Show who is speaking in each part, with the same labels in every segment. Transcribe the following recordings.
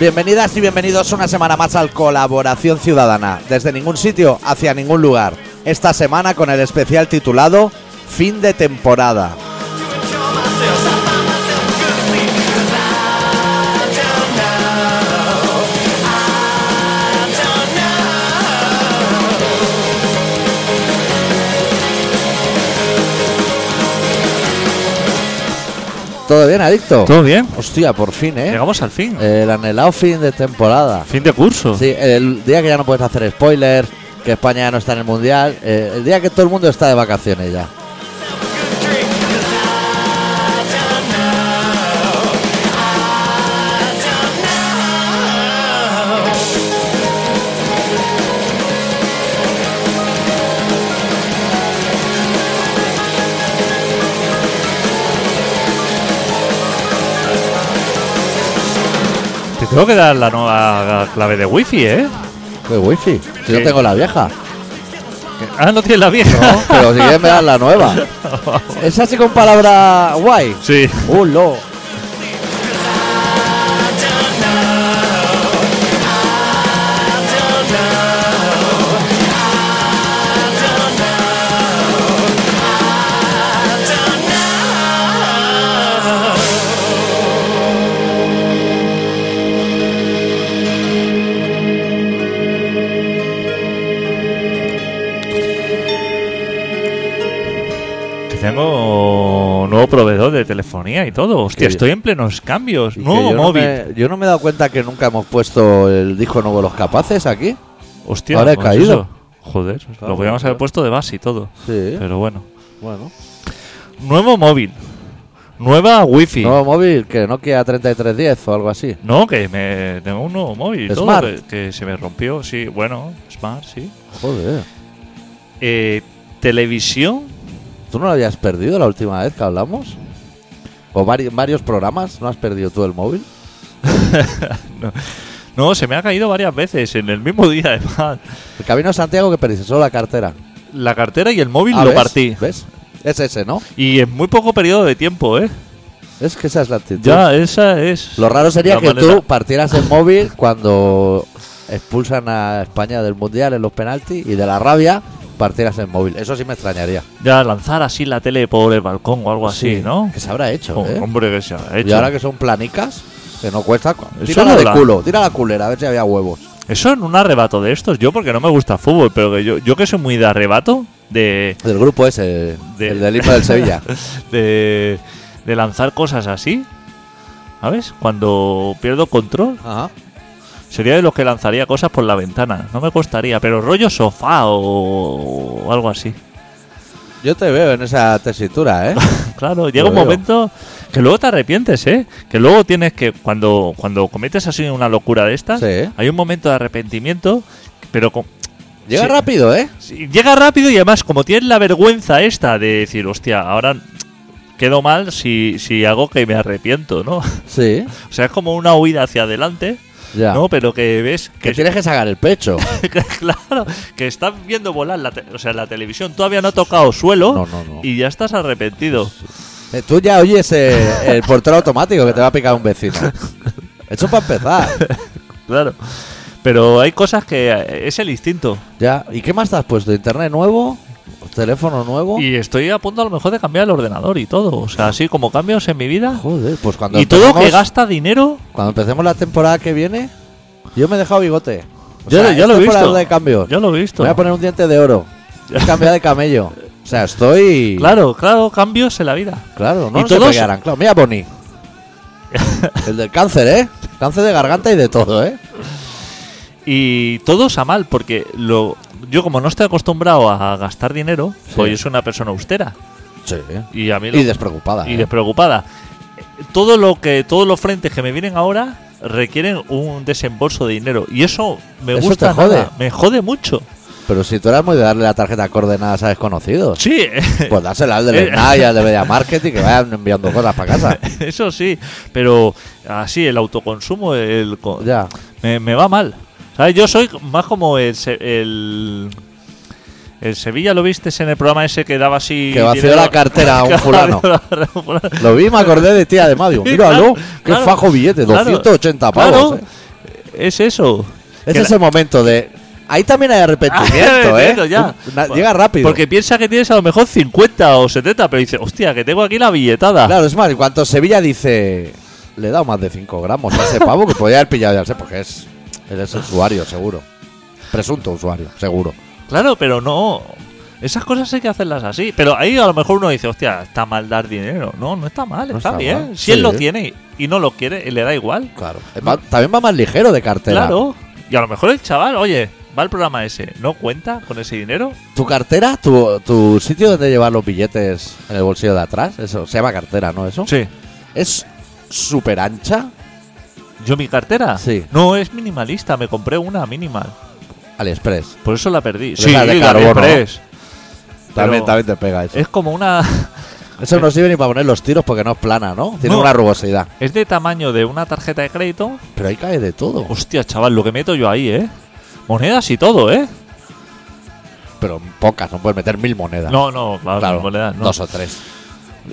Speaker 1: Bienvenidas y bienvenidos una semana más al Colaboración Ciudadana, desde ningún sitio hacia ningún lugar. Esta semana con el especial titulado Fin de temporada. ¿Todo bien, adicto?
Speaker 2: ¿Todo bien?
Speaker 1: Hostia, por fin, ¿eh?
Speaker 2: Llegamos al fin.
Speaker 1: El anhelado fin de temporada.
Speaker 2: Fin de curso.
Speaker 1: Sí, el día que ya no puedes hacer spoilers, que España ya no está en el mundial, eh, el día que todo el mundo está de vacaciones ya.
Speaker 2: Te tengo que dar la nueva clave de wifi, ¿eh?
Speaker 1: ¿Qué wifi? Si yo
Speaker 2: Sí.
Speaker 1: tengo la vieja.
Speaker 2: Ah, no tienes la vieja.
Speaker 1: No, pero si quieres me das la nueva. Es así con palabra guay.
Speaker 2: Sí.
Speaker 1: Uh, lo.
Speaker 2: Que tengo un nuevo proveedor de telefonía y todo. Hostia,
Speaker 1: Que-
Speaker 2: estoy en plenos cambios.
Speaker 1: Y que
Speaker 2: Nuevo
Speaker 1: yo
Speaker 2: móvil.
Speaker 1: No me, yo no me he dado cuenta que nunca hemos puesto el disco nuevo Los Capaces aquí.
Speaker 2: Hostia,
Speaker 1: Ahora he
Speaker 2: pues
Speaker 1: caído.
Speaker 2: eso. Joder,
Speaker 1: Claro,
Speaker 2: lo podríamos
Speaker 1: claro.
Speaker 2: haber puesto de base y todo.
Speaker 1: Sí.
Speaker 2: Pero bueno.
Speaker 1: Bueno.
Speaker 2: Nuevo móvil. Nueva wifi.
Speaker 1: Nuevo móvil que Nokia 3310 o algo así.
Speaker 2: No, que me tengo un nuevo móvil. y todo,
Speaker 1: Smart.
Speaker 2: que, que se me rompió, sí. Bueno, Smart, sí.
Speaker 1: Joder.
Speaker 2: Eh, televisión.
Speaker 1: ¿Tú no lo habías perdido la última vez que hablamos? ¿O vari- varios programas? ¿No has perdido tú el móvil?
Speaker 2: no. No, se me ha caído varias veces en el mismo día, además.
Speaker 1: El camino a Santiago que perdiste, solo la cartera.
Speaker 2: La cartera y el móvil
Speaker 1: Ah,
Speaker 2: lo
Speaker 1: ¿ves?
Speaker 2: partí.
Speaker 1: ¿Ves? Es ese, ¿no?
Speaker 2: Y en muy poco periodo de tiempo, ¿eh?
Speaker 1: Es que esa es la actitud.
Speaker 2: Ya, esa es.
Speaker 1: Lo raro sería
Speaker 2: la
Speaker 1: que
Speaker 2: manera.
Speaker 1: tú partieras el móvil cuando expulsan a España del Mundial en los penaltis y de la rabia partieras el móvil. Eso sí me extrañaría.
Speaker 2: Ya, lanzar así la tele por el balcón o algo así,
Speaker 1: Sí,
Speaker 2: ¿no?
Speaker 1: Que se habrá hecho,
Speaker 2: Oh,
Speaker 1: ¿eh?
Speaker 2: Hombre, que se ha hecho.
Speaker 1: Y ahora que son planicas, que no cuesta... cu-
Speaker 2: Eso
Speaker 1: Tírala de
Speaker 2: mola.
Speaker 1: culo, tira la culera, a ver si había huevos.
Speaker 2: Eso en un arrebato de estos, yo porque no me gusta el fútbol, pero que yo, yo que soy muy de arrebato, de,
Speaker 1: Del grupo ese,
Speaker 2: De-
Speaker 1: el del himno del Sevilla.
Speaker 2: de, de lanzar cosas así, ¿sabes? Cuando pierdo control,
Speaker 1: Ajá.
Speaker 2: sería de los que lanzaría cosas por la ventana, no me costaría, pero rollo sofá o, o algo así.
Speaker 1: Yo te veo en esa tesitura, ¿eh?
Speaker 2: Claro, llega un
Speaker 1: veo.
Speaker 2: momento que luego te arrepientes, ¿eh? Que luego tienes que, cuando, cuando cometes así una locura de estas,
Speaker 1: Sí.
Speaker 2: hay un momento de arrepentimiento, pero con-
Speaker 1: Llega
Speaker 2: Sí.
Speaker 1: rápido, ¿eh?
Speaker 2: sí, llega rápido y además como tienes la vergüenza esta de decir, hostia, ahora quedo mal si, si hago que me arrepiento, ¿no? O
Speaker 1: Sí,
Speaker 2: sea, es como una huida hacia adelante,
Speaker 1: ya.
Speaker 2: ¿no? Pero que ves
Speaker 1: que
Speaker 2: que,
Speaker 1: tienes que sacar el pecho.
Speaker 2: claro, que estás viendo volar la, te- o sea, la televisión, todavía no ha tocado suelo
Speaker 1: No, no, no.
Speaker 2: y ya estás arrepentido.
Speaker 1: Eh, Tú ya oyes eh, el portero automático que te va a picar un vecino. Eso para empezar.
Speaker 2: Claro. Pero hay cosas que eh, es el instinto.
Speaker 1: Ya. ¿Y qué más te has puesto? ¿Internet nuevo? ¿Teléfono nuevo?
Speaker 2: Y estoy a punto a lo mejor de cambiar el ordenador y todo. O sea, así como cambios en mi vida.
Speaker 1: Joder, pues cuando
Speaker 2: Y todo que
Speaker 1: empecemos-
Speaker 2: gasta dinero.
Speaker 1: Cuando empecemos la temporada que viene, yo me he dejado bigote. O
Speaker 2: Yo,
Speaker 1: sea,
Speaker 2: yo lo he
Speaker 1: esto es por la
Speaker 2: visto.
Speaker 1: duda de cambios.
Speaker 2: Yo lo he visto.
Speaker 1: Voy a poner un diente de oro. Voy a cambiar de camello. O sea, estoy.
Speaker 2: Claro, claro, cambios en la vida.
Speaker 1: Claro, no
Speaker 2: Y
Speaker 1: no se
Speaker 2: todos-
Speaker 1: pelearán, claro. Mira, Bonnie. El del cáncer, ¿eh? Cáncer de garganta y de todo, ¿eh?
Speaker 2: Y todos a mal, porque lo, yo como no estoy acostumbrado a gastar dinero,
Speaker 1: Sí.
Speaker 2: pues yo soy una persona austera.
Speaker 1: Sí.
Speaker 2: Y a mí lo-
Speaker 1: Y despreocupada.
Speaker 2: y
Speaker 1: ¿eh?
Speaker 2: despreocupada. Eh, Todo lo que, todos los frentes que me vienen ahora requieren un desembolso de dinero. Y eso me
Speaker 1: Eso
Speaker 2: gusta
Speaker 1: te jode.
Speaker 2: nada. Me jode mucho.
Speaker 1: Pero si tú eras muy de darle la tarjeta a coordenadas a desconocidos,
Speaker 2: Sí,
Speaker 1: pues dásela al del
Speaker 2: Eh.
Speaker 1: SNAI y al de Media Market y que vayan enviando cosas para casa.
Speaker 2: eso sí, pero así el autoconsumo, el co-
Speaker 1: Ya.
Speaker 2: Me, me va mal. ¿Sabes? Yo soy más como el, Se- el. el Sevilla lo viste en el programa ese que daba así.
Speaker 1: Que vació
Speaker 2: dinero-
Speaker 1: la cartera a un
Speaker 2: Que
Speaker 1: fulano.
Speaker 2: vació la cartera a un fulano.
Speaker 1: Lo vi, me acordé de ti además. Digo,
Speaker 2: Sí,
Speaker 1: míralo,
Speaker 2: claro,
Speaker 1: qué
Speaker 2: claro,
Speaker 1: fajo billete,
Speaker 2: claro,
Speaker 1: 280 pavos.
Speaker 2: claro.
Speaker 1: eh.
Speaker 2: Es eso.
Speaker 1: Es
Speaker 2: Que la-
Speaker 1: ese momento de. Ahí también hay arrepentimiento, ¿eh?
Speaker 2: Entiendo, ya.
Speaker 1: Na- Llega rápido.
Speaker 2: Porque piensa que tienes a lo mejor 50 o 70, pero dice, hostia, que tengo aquí la billetada.
Speaker 1: Claro, es más, en cuanto Sevilla dice. Le he dado más de 5 gramos a ese pavo que podía haber pillado ya, sé, porque es. Él es usuario, seguro. Presunto usuario, seguro.
Speaker 2: Claro, pero no. Esas cosas hay que hacerlas así. Pero ahí a lo mejor uno dice, hostia, está mal dar dinero. No, no está mal,
Speaker 1: No
Speaker 2: está,
Speaker 1: está
Speaker 2: bien.
Speaker 1: mal,
Speaker 2: Si
Speaker 1: sí.
Speaker 2: él lo tiene y no lo quiere, le da igual.
Speaker 1: Claro. Va- también va más ligero de cartera.
Speaker 2: Claro. Y a lo mejor el chaval, oye, va al programa ese, ¿no cuenta con ese dinero?
Speaker 1: Tu cartera, tu, tu sitio donde llevar los billetes en el bolsillo de atrás, eso se llama cartera, ¿no? Eso
Speaker 2: Sí.
Speaker 1: es súper ancha.
Speaker 2: ¿Yo mi cartera?
Speaker 1: Sí.
Speaker 2: No, es minimalista, me compré una minimal.
Speaker 1: AliExpress.
Speaker 2: Por eso la perdí.
Speaker 1: Deja de
Speaker 2: la
Speaker 1: carbono,
Speaker 2: AliExpress.
Speaker 1: También,
Speaker 2: Pero
Speaker 1: también te pega eso.
Speaker 2: Es como una...
Speaker 1: Eso no sirve ni para poner los tiros porque no es plana, ¿no? Tiene
Speaker 2: No.
Speaker 1: una rugosidad.
Speaker 2: Es de tamaño de una tarjeta de crédito.
Speaker 1: Pero ahí cae de todo.
Speaker 2: Hostia, chaval, lo que meto yo ahí, ¿eh? Monedas y todo, ¿eh?
Speaker 1: Pero pocas, no puedes meter mil monedas.
Speaker 2: No, no, claro,
Speaker 1: claro,
Speaker 2: monedas no.
Speaker 1: dos o tres.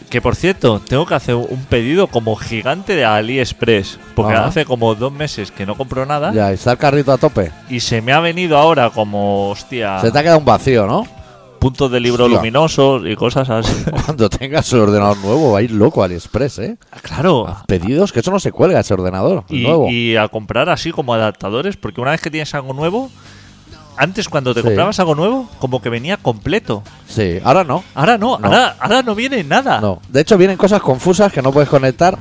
Speaker 2: Que por cierto, tengo que hacer un pedido como gigante de AliExpress. Porque
Speaker 1: Ajá.
Speaker 2: hace como dos meses que no compro nada.
Speaker 1: Ya, y está el carrito a tope.
Speaker 2: Y se me ha venido ahora como, hostia,
Speaker 1: Se te ha quedado un vacío, ¿no?
Speaker 2: puntos de libro
Speaker 1: Hostia.
Speaker 2: luminosos y cosas así.
Speaker 1: Cuando tengas el ordenador nuevo, va a ir loco AliExpress, ¿eh?
Speaker 2: Ah, claro.
Speaker 1: Pedidos, que eso no se cuelga ese ordenador el
Speaker 2: Y,
Speaker 1: nuevo.
Speaker 2: y a comprar así como adaptadores. Porque una vez que tienes algo nuevo, antes cuando te
Speaker 1: Sí.
Speaker 2: comprabas algo nuevo, como que venía completo.
Speaker 1: Sí, ahora no.
Speaker 2: Ahora no,
Speaker 1: No.
Speaker 2: Ahora, ahora no viene nada.
Speaker 1: No. De hecho, vienen cosas confusas que no puedes conectar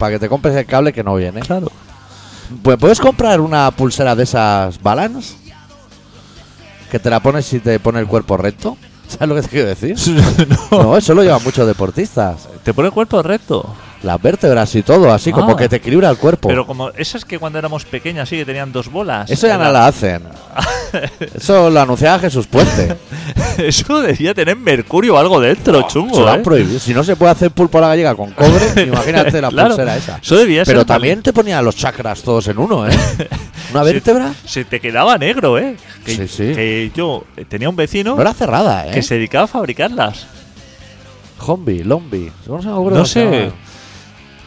Speaker 1: para que te compres el cable que no viene.
Speaker 2: Claro.
Speaker 1: Pues puedes comprar una pulsera de esas Balance que te la pones y te pone el cuerpo recto. ¿Sabes lo que te quiero decir?
Speaker 2: No.
Speaker 1: No, eso lo llevan muchos deportistas.
Speaker 2: Te pone el cuerpo recto.
Speaker 1: Las vértebras y todo, así como
Speaker 2: Ah.
Speaker 1: que te equilibra el cuerpo.
Speaker 2: Pero como esas que cuando éramos pequeñas sí que tenían dos bolas.
Speaker 1: eso ya
Speaker 2: Era-
Speaker 1: no la hacen. Eso lo anunciaba Jesús Puente.
Speaker 2: Eso debía tener mercurio o algo dentro, chungo.
Speaker 1: Se lo han
Speaker 2: ¿eh?
Speaker 1: prohibido. Si no se puede hacer pulpo a la gallega con cobre, imagínate la
Speaker 2: Claro.
Speaker 1: pulsera esa.
Speaker 2: Eso debía ser.
Speaker 1: Pero también te ponían los chakras todos en uno, ¿eh? Una
Speaker 2: Sí.
Speaker 1: vértebra
Speaker 2: Se te quedaba negro, ¿eh? Que,
Speaker 1: Sí, sí.
Speaker 2: que yo eh, tenía un vecino
Speaker 1: no era cerrada, ¿eh?
Speaker 2: que se dedicaba a fabricarlas.
Speaker 1: Hombi, lombi. No, se me acuerdo
Speaker 2: No
Speaker 1: cómo se
Speaker 2: sé.
Speaker 1: llamaba.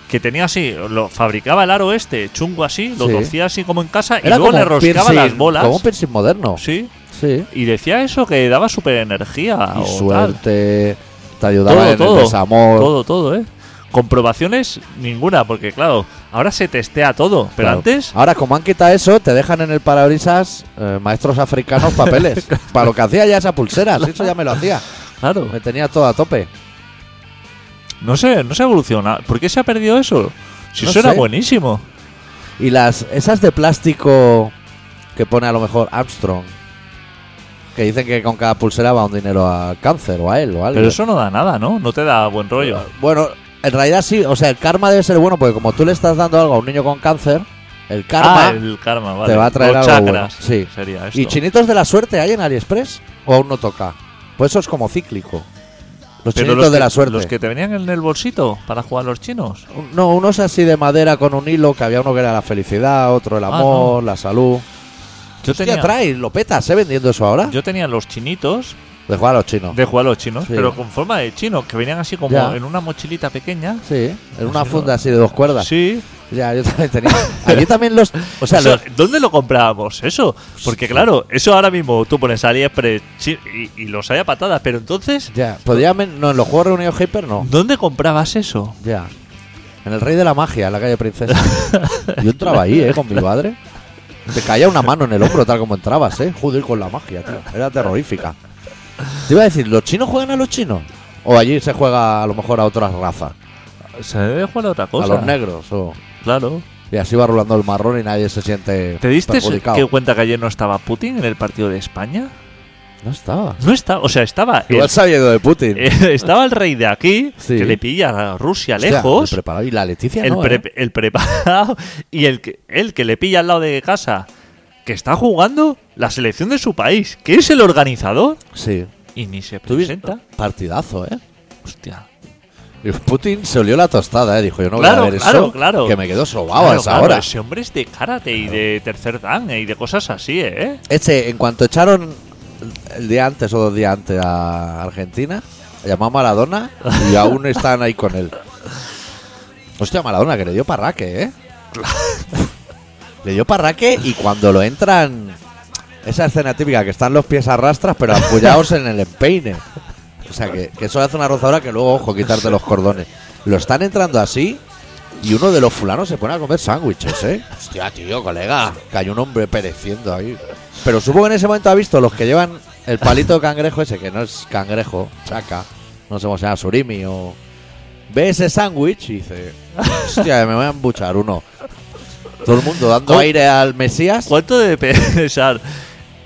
Speaker 2: Que tenía así, lo fabricaba el aro este, chungo así, lo
Speaker 1: Sí.
Speaker 2: torcía así como en casa y
Speaker 1: Era
Speaker 2: luego
Speaker 1: como
Speaker 2: le
Speaker 1: un
Speaker 2: roscaba
Speaker 1: piercing-
Speaker 2: las bolas.
Speaker 1: Como un piercing moderno.
Speaker 2: Sí.
Speaker 1: Sí.
Speaker 2: Y decía eso que daba super energía.
Speaker 1: Y
Speaker 2: Ah, o tal.
Speaker 1: suerte. Te ayudaba en
Speaker 2: todo,
Speaker 1: el desamor.
Speaker 2: Todo, todo, ¿eh? Comprobaciones ninguna, porque claro, ahora se testea todo, pero
Speaker 1: Claro.
Speaker 2: antes...
Speaker 1: Ahora, como han quitado eso, te dejan en el parabrisas eh, maestros africanos papeles. Para lo que hacía ya esa pulsera, si eso ya me lo hacía.
Speaker 2: Claro.
Speaker 1: Me tenía todo a tope.
Speaker 2: No sé, no se evoluciona. ¿Por qué se ha perdido eso? Si
Speaker 1: No
Speaker 2: eso era
Speaker 1: sé.
Speaker 2: buenísimo.
Speaker 1: Y las esas de plástico que pone a lo mejor Armstrong, que dicen que con cada pulsera va un dinero al cáncer o a él o algo.
Speaker 2: Pero eso no da nada, ¿no? No te da buen rollo.
Speaker 1: Bueno, en realidad sí, o sea, el karma debe ser bueno porque como tú le estás dando algo a un niño con cáncer, el karma
Speaker 2: Ah, el karma, vale.
Speaker 1: te va a traer
Speaker 2: O
Speaker 1: algo
Speaker 2: chakras,
Speaker 1: bueno. Sí.
Speaker 2: sería esto.
Speaker 1: ¿Y chinitos de la suerte hay en AliExpress? ¿O aún no toca? Pues eso es como cíclico. Los
Speaker 2: Pero
Speaker 1: chinitos
Speaker 2: los
Speaker 1: de
Speaker 2: que-
Speaker 1: la suerte.
Speaker 2: Los que te venían en el bolsito para jugar a los chinos.
Speaker 1: No, unos así de madera con un hilo, que había uno que era la felicidad, otro el
Speaker 2: Ah,
Speaker 1: amor, la salud.
Speaker 2: Yo
Speaker 1: Hostia,
Speaker 2: tenía,
Speaker 1: trae, lo petas, ¿eh? Vendiendo eso ahora.
Speaker 2: yo tenía los chinitos
Speaker 1: De jugar a los chinos.
Speaker 2: de jugar a los chinos,
Speaker 1: Sí.
Speaker 2: pero con forma de chino, que venían así como
Speaker 1: Ya.
Speaker 2: en una mochilita pequeña.
Speaker 1: Sí, en una
Speaker 2: Sí,
Speaker 1: funda así de dos cuerdas.
Speaker 2: Sí,
Speaker 1: Ya, yo también tenía. Allí también los. O sea,
Speaker 2: Eso,
Speaker 1: los-
Speaker 2: ¿Dónde lo comprábamos? Eso. Porque claro, eso ahora mismo tú pones AliExpress chi- y, y los hay a patadas, pero entonces,
Speaker 1: ya, podía. men- No, en los juegos reunidos Hyper no.
Speaker 2: ¿dónde comprabas eso?
Speaker 1: Ya. En el Rey de la Magia, en la calle Princesa. Yo entraba ahí, ¿eh? Con mi padre. Te caía una mano en el hombro, tal como entrabas, ¿eh? Joder, con la magia, tío. Era terrorífica. Te iba a decir, ¿los chinos juegan a los chinos? O allí se juega a lo mejor a otras razas.
Speaker 2: Se debe jugar a otra cosa.
Speaker 1: A los negros. O...
Speaker 2: Claro.
Speaker 1: Y así va rulando el marrón y nadie se siente.
Speaker 2: ¿Te diste
Speaker 1: perjudicado.
Speaker 2: que cuenta que ayer no estaba Putin en el partido de España?
Speaker 1: No estaba.
Speaker 2: No estaba, o sea, estaba el,
Speaker 1: Igual se había ido de Putin.
Speaker 2: Eh, estaba el rey de aquí,
Speaker 1: Sí.
Speaker 2: que le pilla a Rusia
Speaker 1: Hostia,
Speaker 2: lejos.
Speaker 1: el preparado. Y la Leticia
Speaker 2: el,
Speaker 1: no,
Speaker 2: pre-
Speaker 1: ¿eh?
Speaker 2: el preparado y el que, el que le pilla al lado de casa, que está jugando la selección de su país, que es el organizador
Speaker 1: Sí.
Speaker 2: y ni se
Speaker 1: Tuviste
Speaker 2: presenta.
Speaker 1: partidazo, ¿eh?
Speaker 2: Hostia.
Speaker 1: Y Putin se olió la tostada, ¿eh? dijo yo no voy
Speaker 2: Claro,
Speaker 1: a ver
Speaker 2: claro,
Speaker 1: eso,
Speaker 2: claro.
Speaker 1: que me quedó sobao a
Speaker 2: Claro,
Speaker 1: esa
Speaker 2: claro,
Speaker 1: hora.
Speaker 2: Ese hombre es de karate y de tercer dan eh, y de cosas así, ¿eh?
Speaker 1: Este, en cuanto echaron el día antes o dos días antes a Argentina, llamó a Maradona y aún están ahí con él. Hostia, Maradona, que le dio parraque, ¿eh? le dio parraque y cuando lo entran, esa escena típica que están los pies a rastras pero apoyados en el empeine. O sea, que, que eso le hace una rozadora que luego, ojo, quitarte los cordones. Lo están entrando así y uno de los fulanos se pone a comer sándwiches, ¿eh? Hostia, tío, colega. Que hay un hombre pereciendo ahí. Pero supongo que en ese momento ha visto los que llevan el palito de cangrejo ese, que no es cangrejo, chaca. No sé cómo se llama, surimi o... Ve ese sándwich y dice... Hostia, me voy a embuchar uno. Todo el mundo dando
Speaker 2: ¿Cómo?
Speaker 1: aire al Mesías
Speaker 2: ¿Cuánto debe pesar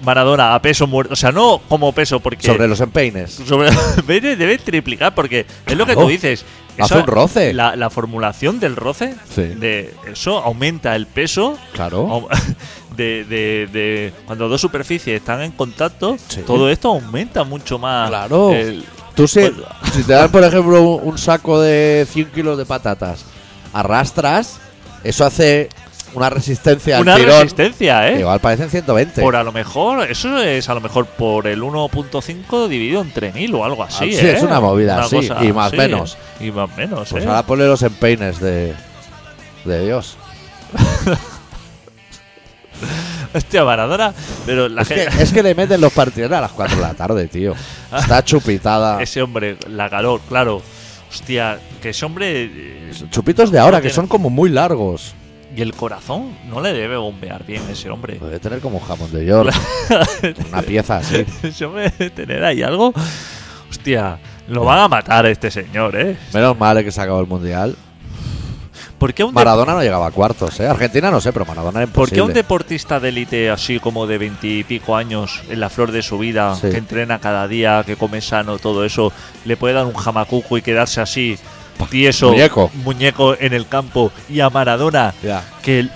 Speaker 2: Maradona a peso muerto? O sea, no como peso, porque.
Speaker 1: sobre los empeines.
Speaker 2: sobre- debe, debe triplicar, porque es lo que
Speaker 1: Claro.
Speaker 2: tú dices.
Speaker 1: Hace un roce.
Speaker 2: La, la formulación del roce,
Speaker 1: Sí. Oh.
Speaker 2: de eso aumenta el peso.
Speaker 1: Claro.
Speaker 2: au- De, de- de- cuando dos superficies están en contacto,
Speaker 1: Sí.
Speaker 2: todo esto aumenta mucho más.
Speaker 1: Claro.
Speaker 2: el- pues-
Speaker 1: Tú si,
Speaker 2: Bueno.
Speaker 1: si te dan, por ejemplo, un, un saco de 100 kilos de patatas, arrastras, eso hace una resistencia
Speaker 2: una
Speaker 1: al tirón.
Speaker 2: resistencia, ¿eh?
Speaker 1: que Igual parecen 120.
Speaker 2: Por a lo mejor, eso es a lo mejor por el 1.5 dividido entre 1000 o algo así.
Speaker 1: Ah, sí,
Speaker 2: ¿eh?
Speaker 1: es una movida así, y más
Speaker 2: así,
Speaker 1: menos.
Speaker 2: Y más menos,
Speaker 1: pues
Speaker 2: ¿eh?
Speaker 1: ahora ponle los empeines de, de Dios.
Speaker 2: Hostia, Maradona, pero la
Speaker 1: Es que,
Speaker 2: gente.
Speaker 1: es que le meten los partidos a las 4 de la tarde, tío. Está chupitada.
Speaker 2: Ese hombre, la calor, claro. Hostia, que ese hombre. eh,
Speaker 1: Chupitos de ahora,
Speaker 2: no
Speaker 1: que
Speaker 2: tiene-
Speaker 1: son como muy largos.
Speaker 2: Y el corazón no le debe bombear bien ese hombre.
Speaker 1: Debe tener como un jamón de York. una pieza así.
Speaker 2: ese hombre debe tener ahí algo. Hostia, lo van a matar a este señor, ¿eh?
Speaker 1: Menos mal que se acabó el mundial.
Speaker 2: ¿Por qué un, dep-
Speaker 1: Maradona no llegaba a cuartos, ¿eh? Argentina no sé, pero Maradona era
Speaker 2: ¿Por qué
Speaker 1: imposible.
Speaker 2: un deportista de élite así como de veintipico años, en la flor de su vida,
Speaker 1: Sí.
Speaker 2: que entrena cada día, que come sano, todo eso, le puede dar un jamacuco y quedarse así, tieso,
Speaker 1: muñeco.
Speaker 2: muñeco en el campo, y a Maradona,
Speaker 1: Ya.
Speaker 2: que l-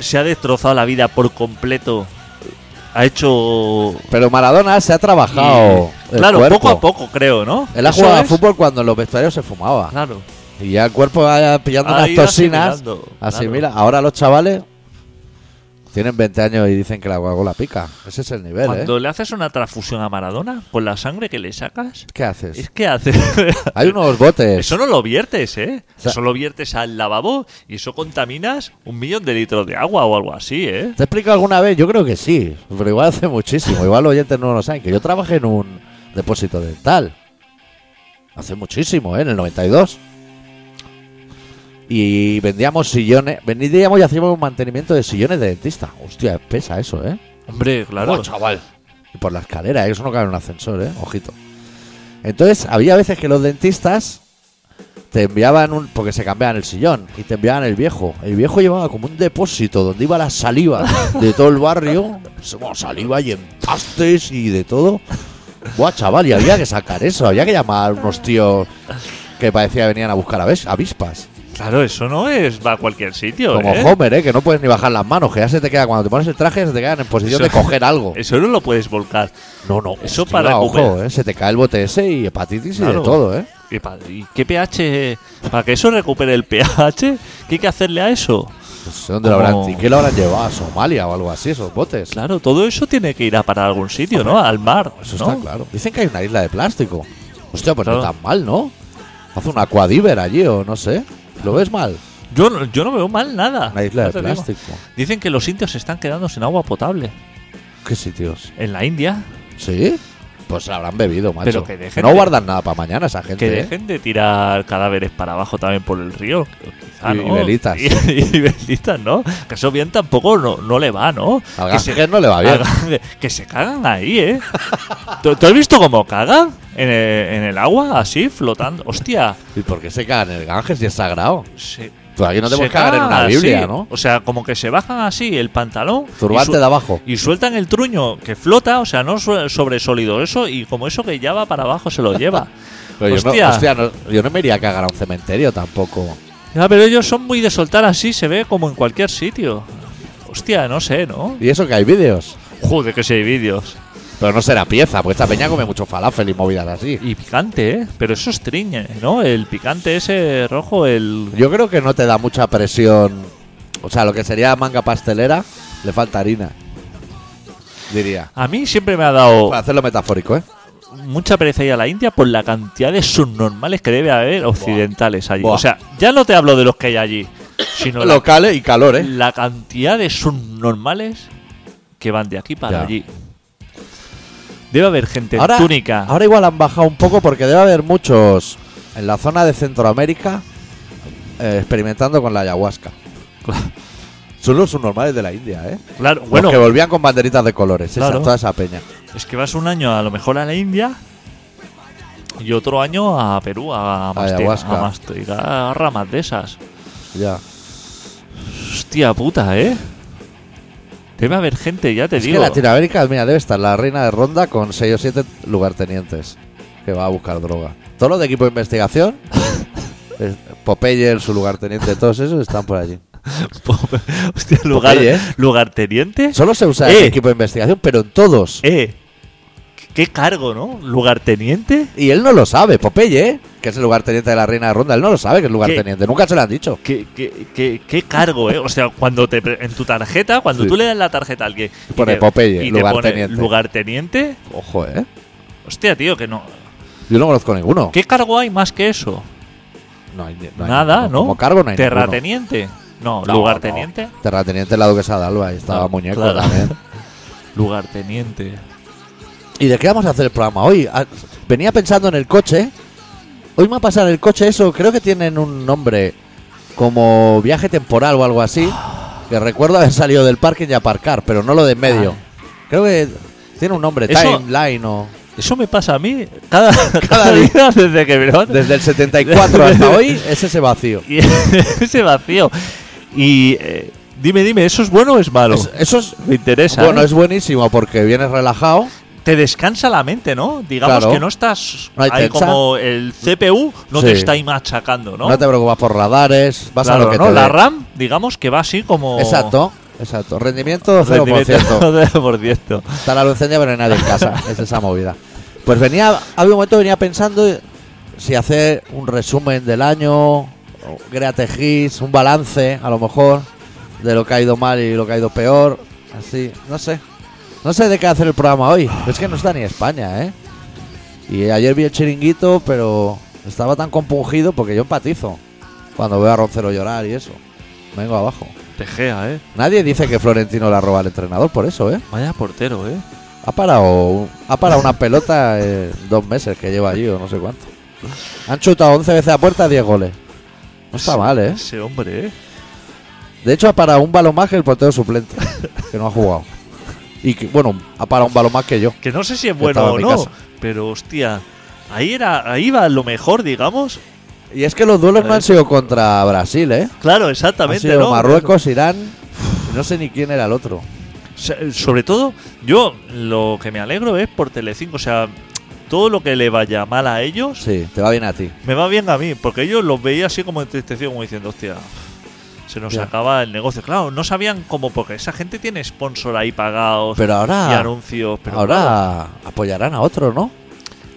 Speaker 2: se ha destrozado la vida por completo, ha hecho...
Speaker 1: Pero Maradona se ha trabajado. el
Speaker 2: claro,
Speaker 1: cuerpo.
Speaker 2: poco a poco creo, ¿no?
Speaker 1: Él ha
Speaker 2: Eso
Speaker 1: jugado a
Speaker 2: es.
Speaker 1: fútbol cuando en los vestarios se fumaba.
Speaker 2: Claro.
Speaker 1: Y ya el cuerpo va pillando
Speaker 2: Ha
Speaker 1: unas
Speaker 2: ido
Speaker 1: toxinas.
Speaker 2: asimilando,
Speaker 1: Asimila. Ahora los chavales tienen 20 años y dicen que la Coca-Cola pica. Ese es el nivel, ¿eh?
Speaker 2: Cuando le haces una transfusión a Maradona, con la sangre que le sacas,
Speaker 1: ¿Qué haces?
Speaker 2: es que hace...
Speaker 1: Hay unos botes.
Speaker 2: Eso no lo viertes, ¿eh?
Speaker 1: sea-
Speaker 2: eso lo viertes al lavabo y eso contaminas un millón de litros de agua o algo así, ¿eh?
Speaker 1: ¿Te he explicado alguna vez? Yo creo que sí. Pero igual hace muchísimo. Igual los oyentes no lo saben. Que yo trabajé en un depósito dental. Hace muchísimo, ¿eh? En el 92. Y vendíamos sillones. Vendíamos y hacíamos un mantenimiento de sillones de dentista. Hostia, pesa eso, ¿eh?
Speaker 2: Hombre, claro.
Speaker 1: Buah, chaval. Y por la escalera, ¿eh? eso no cabe en un ascensor, ¿eh? Ojito. Entonces, había veces que los dentistas te enviaban un. porque se cambiaban el sillón y te enviaban el viejo. El viejo llevaba como un depósito donde iba la saliva de todo el barrio. Bueno, saliva y empastes y de todo. Buah, chaval, y había que sacar eso, había que llamar a unos tíos que parecía que venían a buscar aves- avispas.
Speaker 2: Claro, eso no es va a cualquier sitio,
Speaker 1: Como
Speaker 2: ¿eh?
Speaker 1: Homer, ¿eh? que no puedes ni bajar las manos, que ya se te queda, cuando te pones el traje, se te quedan en posición de
Speaker 2: Eso-
Speaker 1: coger algo.
Speaker 2: Eso no lo puedes volcar.
Speaker 1: No, no.
Speaker 2: Eso para
Speaker 1: ojo,
Speaker 2: recuperar.
Speaker 1: ¿eh? Se te cae el bote ese y hepatitis y
Speaker 2: Claro.
Speaker 1: de todo, ¿eh?
Speaker 2: ¿Y, pa- y qué pH? ¿Para que eso recupere el pH? ¿Qué hay que hacerle a eso?
Speaker 1: No sé dónde lo habrán,
Speaker 2: Como-
Speaker 1: ¿y qué lo habrán llevado? ¿A Somalia o algo así, esos botes?
Speaker 2: Claro, todo eso tiene que ir a parar a algún sitio, ¿no? Al mar,
Speaker 1: Eso
Speaker 2: ¿no?
Speaker 1: está claro. Dicen que hay una isla de plástico. Hostia, pues no
Speaker 2: Claro.
Speaker 1: tan mal, ¿no? Hace un acuadiver allí o no sé. ¿Lo ves mal?
Speaker 2: Yo, no- yo no veo mal nada.
Speaker 1: Una isla
Speaker 2: ya
Speaker 1: de
Speaker 2: Ah, te digo.
Speaker 1: plástico.
Speaker 2: Dicen que los indios se están quedando sin agua potable.
Speaker 1: ¿Qué sitios?
Speaker 2: En la India,
Speaker 1: ¿Sí? Pues se la habrán bebido, macho.
Speaker 2: Pero que dejen
Speaker 1: no
Speaker 2: de-
Speaker 1: guardan nada para mañana esa gente,
Speaker 2: Que
Speaker 1: ¿eh?
Speaker 2: dejen de tirar cadáveres para abajo también por el río. quizá,
Speaker 1: Y-
Speaker 2: ¿no?
Speaker 1: y velitas.
Speaker 2: Y, y velitas, ¿no? Que eso bien tampoco no, no le va, ¿no?
Speaker 1: Al
Speaker 2: que, se,
Speaker 1: Ganges no le va bien.
Speaker 2: hagan- que se cagan ahí, ¿eh? ¿Tú, tú has visto cómo cagan en el, en el agua, así, flotando? Hostia.
Speaker 1: ¿Y por qué se cagan en el Ganges si es sagrado?
Speaker 2: Se,
Speaker 1: Pues aquí no te
Speaker 2: se
Speaker 1: puedes cagar en
Speaker 2: cagan
Speaker 1: una
Speaker 2: así.
Speaker 1: Biblia, ¿no?
Speaker 2: O sea, como que se bajan así el pantalón. y
Speaker 1: Turbante
Speaker 2: su-
Speaker 1: de abajo.
Speaker 2: y sueltan el truño que flota, o sea, no su- sobre sólido eso, y como eso que ya va para abajo se lo lleva.
Speaker 1: Pero Yo,
Speaker 2: Hostia.
Speaker 1: no, hostia, no- yo no me iría a cagar a un cementerio tampoco.
Speaker 2: Ya, pero ellos son muy de soltar así, se ve como en cualquier sitio. Hostia, no sé, ¿no?
Speaker 1: Y eso que hay vídeos.
Speaker 2: Joder, que si hay vídeos.
Speaker 1: Pero no será pieza, porque esta peña come mucho falafel y movidas así.
Speaker 2: Y picante, ¿eh? Pero eso es triñe, ¿no? El picante ese rojo, el.
Speaker 1: Yo creo que no te da mucha presión. O sea, lo que sería manga pastelera, le falta harina. Diría.
Speaker 2: A mí siempre me ha dado
Speaker 1: Para hacerlo metafórico, ¿eh?
Speaker 2: mucha pereza ir a la India por la cantidad de subnormales que debe haber occidentales allí.
Speaker 1: Buah.
Speaker 2: O sea, ya no te hablo de los que hay allí, sino la,
Speaker 1: Locales y calor, ¿eh?
Speaker 2: la cantidad de subnormales que van de aquí para
Speaker 1: Ya.
Speaker 2: allí. Debe haber gente en
Speaker 1: Ahora,
Speaker 2: túnica.
Speaker 1: ahora igual han bajado un poco porque debe haber muchos en la zona de Centroamérica eh, experimentando con la ayahuasca. Son los subnormales de la India, ¿eh?
Speaker 2: claro,
Speaker 1: Bueno,
Speaker 2: bueno,
Speaker 1: los que volvían con banderitas de colores, esa-
Speaker 2: Claro.
Speaker 1: toda esa peña.
Speaker 2: es que vas un año a lo mejor a la India y otro año a Perú a, mastigar-
Speaker 1: Ayahuasca.
Speaker 2: a mastigar ramas de esas.
Speaker 1: Ya.
Speaker 2: Hostia puta, ¿eh? Debe haber gente, ya te
Speaker 1: Es
Speaker 2: digo.
Speaker 1: que Latinoamérica, mira, debe estar la reina de ronda con 6 o 7 lugartenientes que va a buscar droga. Todos los de equipo de investigación, es- Popeye, su lugarteniente, todos esos están por allí.
Speaker 2: Hostia, lugar,
Speaker 1: Popeye, ¿eh?
Speaker 2: lugarteniente.
Speaker 1: Solo se usa
Speaker 2: Eh.
Speaker 1: el equipo de investigación, pero en todos.
Speaker 2: Eh, qué cargo, ¿no? ¿Lugarteniente?
Speaker 1: Y él no lo sabe, Popeye, ¿eh? que es el lugarteniente de la reina de ronda, él no lo sabe que es lugarteniente, nunca se lo han dicho.
Speaker 2: ¿Qué, qué, qué, qué cargo, eh? O sea, cuando te pre- en tu tarjeta, cuando
Speaker 1: Sí.
Speaker 2: tú le das la tarjeta a alguien. y
Speaker 1: Pone
Speaker 2: te-
Speaker 1: Popeye,
Speaker 2: y te pone
Speaker 1: lugarteniente.
Speaker 2: lugarteniente.
Speaker 1: Ojo, ¿eh?
Speaker 2: Hostia, tío, que no.
Speaker 1: Yo no conozco ninguno.
Speaker 2: ¿Qué cargo hay más que eso?
Speaker 1: No hay ni- no hay
Speaker 2: Nada,
Speaker 1: ninguno.
Speaker 2: ¿no?
Speaker 1: Como cargo no hay ninguno.
Speaker 2: Terrateniente. No,
Speaker 1: No,
Speaker 2: lugarteniente.
Speaker 1: no. Terrateniente es la duquesa de Alba, y estaba
Speaker 2: No,
Speaker 1: muñeco
Speaker 2: claro.
Speaker 1: también.
Speaker 2: Lugarteniente.
Speaker 1: ¿Y de qué vamos a hacer el programa hoy? Ah, Venía pensando en el coche. Hoy me va a pasar el coche eso. Creo que tienen un nombre como viaje temporal o algo así. Que recuerdo haber salido del parking y aparcar, pero no lo de en medio. Creo que tiene un nombre,
Speaker 2: Ah. Eso-
Speaker 1: timeline o...
Speaker 2: Eso me pasa a mí cada,
Speaker 1: Cada
Speaker 2: cada
Speaker 1: día.
Speaker 2: día desde que me levanto.
Speaker 1: Desde el 74 hasta hoy es ese vacío.
Speaker 2: Y ese vacío. Y eh, dime, dime, ¿eso es bueno o es malo?
Speaker 1: Es- eso es...
Speaker 2: Me interesa.
Speaker 1: Bueno,
Speaker 2: ¿eh?
Speaker 1: es buenísimo porque vienes relajado.
Speaker 2: Te descansa la mente, ¿no? Digamos
Speaker 1: Claro.
Speaker 2: que no estás
Speaker 1: No hay
Speaker 2: ahí
Speaker 1: tensa.
Speaker 2: como el CPU no
Speaker 1: Sí.
Speaker 2: te está ahí machacando, ¿no?
Speaker 1: ¿no? te preocupas por radares, vas
Speaker 2: Claro,
Speaker 1: a lo que
Speaker 2: ¿no?
Speaker 1: te
Speaker 2: La
Speaker 1: dé.
Speaker 2: RAM, digamos que va así como.
Speaker 1: Exacto, exacto. Rendimiento 0%.
Speaker 2: Rendimiento de por ciento.
Speaker 1: Está la luz encendida, pero no hay nadie en casa. es esa movida. Pues venía, había un momento venía pensando si hacer un resumen del año, o Greatest Hits, un balance, a lo mejor, de lo que ha ido mal y lo que ha ido peor. Así, no sé. No sé de qué hacer el programa hoy. Es que no está ni España, ¿eh? Y ayer vi el chiringuito, pero estaba tan compungido porque yo empatizo cuando veo a Roncero llorar y eso. Vengo abajo.
Speaker 2: Tejea, ¿eh?
Speaker 1: Nadie dice que Florentino la roba al entrenador por eso, ¿eh?
Speaker 2: Vaya portero, ¿eh?
Speaker 1: Ha parado, un- ha parado una pelota eh, dos meses que lleva allí o no sé cuánto. Han chutado 11 veces a puerta, 10 goles. No está
Speaker 2: Ese-
Speaker 1: mal, ¿eh?
Speaker 2: Ese hombre, ¿eh?
Speaker 1: De hecho, ha parado un balón más que el portero suplente, que no ha jugado. Y que, bueno, ha parado un balón más que yo.
Speaker 2: Que no sé si es
Speaker 1: Yo
Speaker 2: bueno
Speaker 1: estaba
Speaker 2: o
Speaker 1: en mi
Speaker 2: no,
Speaker 1: casa.
Speaker 2: pero hostia. Ahí, era, ahí va lo mejor, digamos.
Speaker 1: Y es que los duelos no han sido contra Brasil, ¿eh?
Speaker 2: Claro,
Speaker 1: Han
Speaker 2: exactamente.
Speaker 1: sido
Speaker 2: ¿no?
Speaker 1: Marruecos, Irán. y No sé ni quién era el otro.
Speaker 2: Se- Sobre todo, yo lo que me alegro es por Telecinco, o sea, todo lo que le vaya mal a ellos
Speaker 1: Sí, te va bien a ti.
Speaker 2: me va bien a mí, porque ellos los veía así como entristecidos, como diciendo, hostia, se nos
Speaker 1: Ya.
Speaker 2: acaba el negocio. Claro, no sabían cómo, porque esa gente tiene sponsor ahí pagados
Speaker 1: Pero
Speaker 2: y
Speaker 1: ahora,
Speaker 2: anuncios, pero claro,
Speaker 1: ahora apoyarán a otro, ¿no?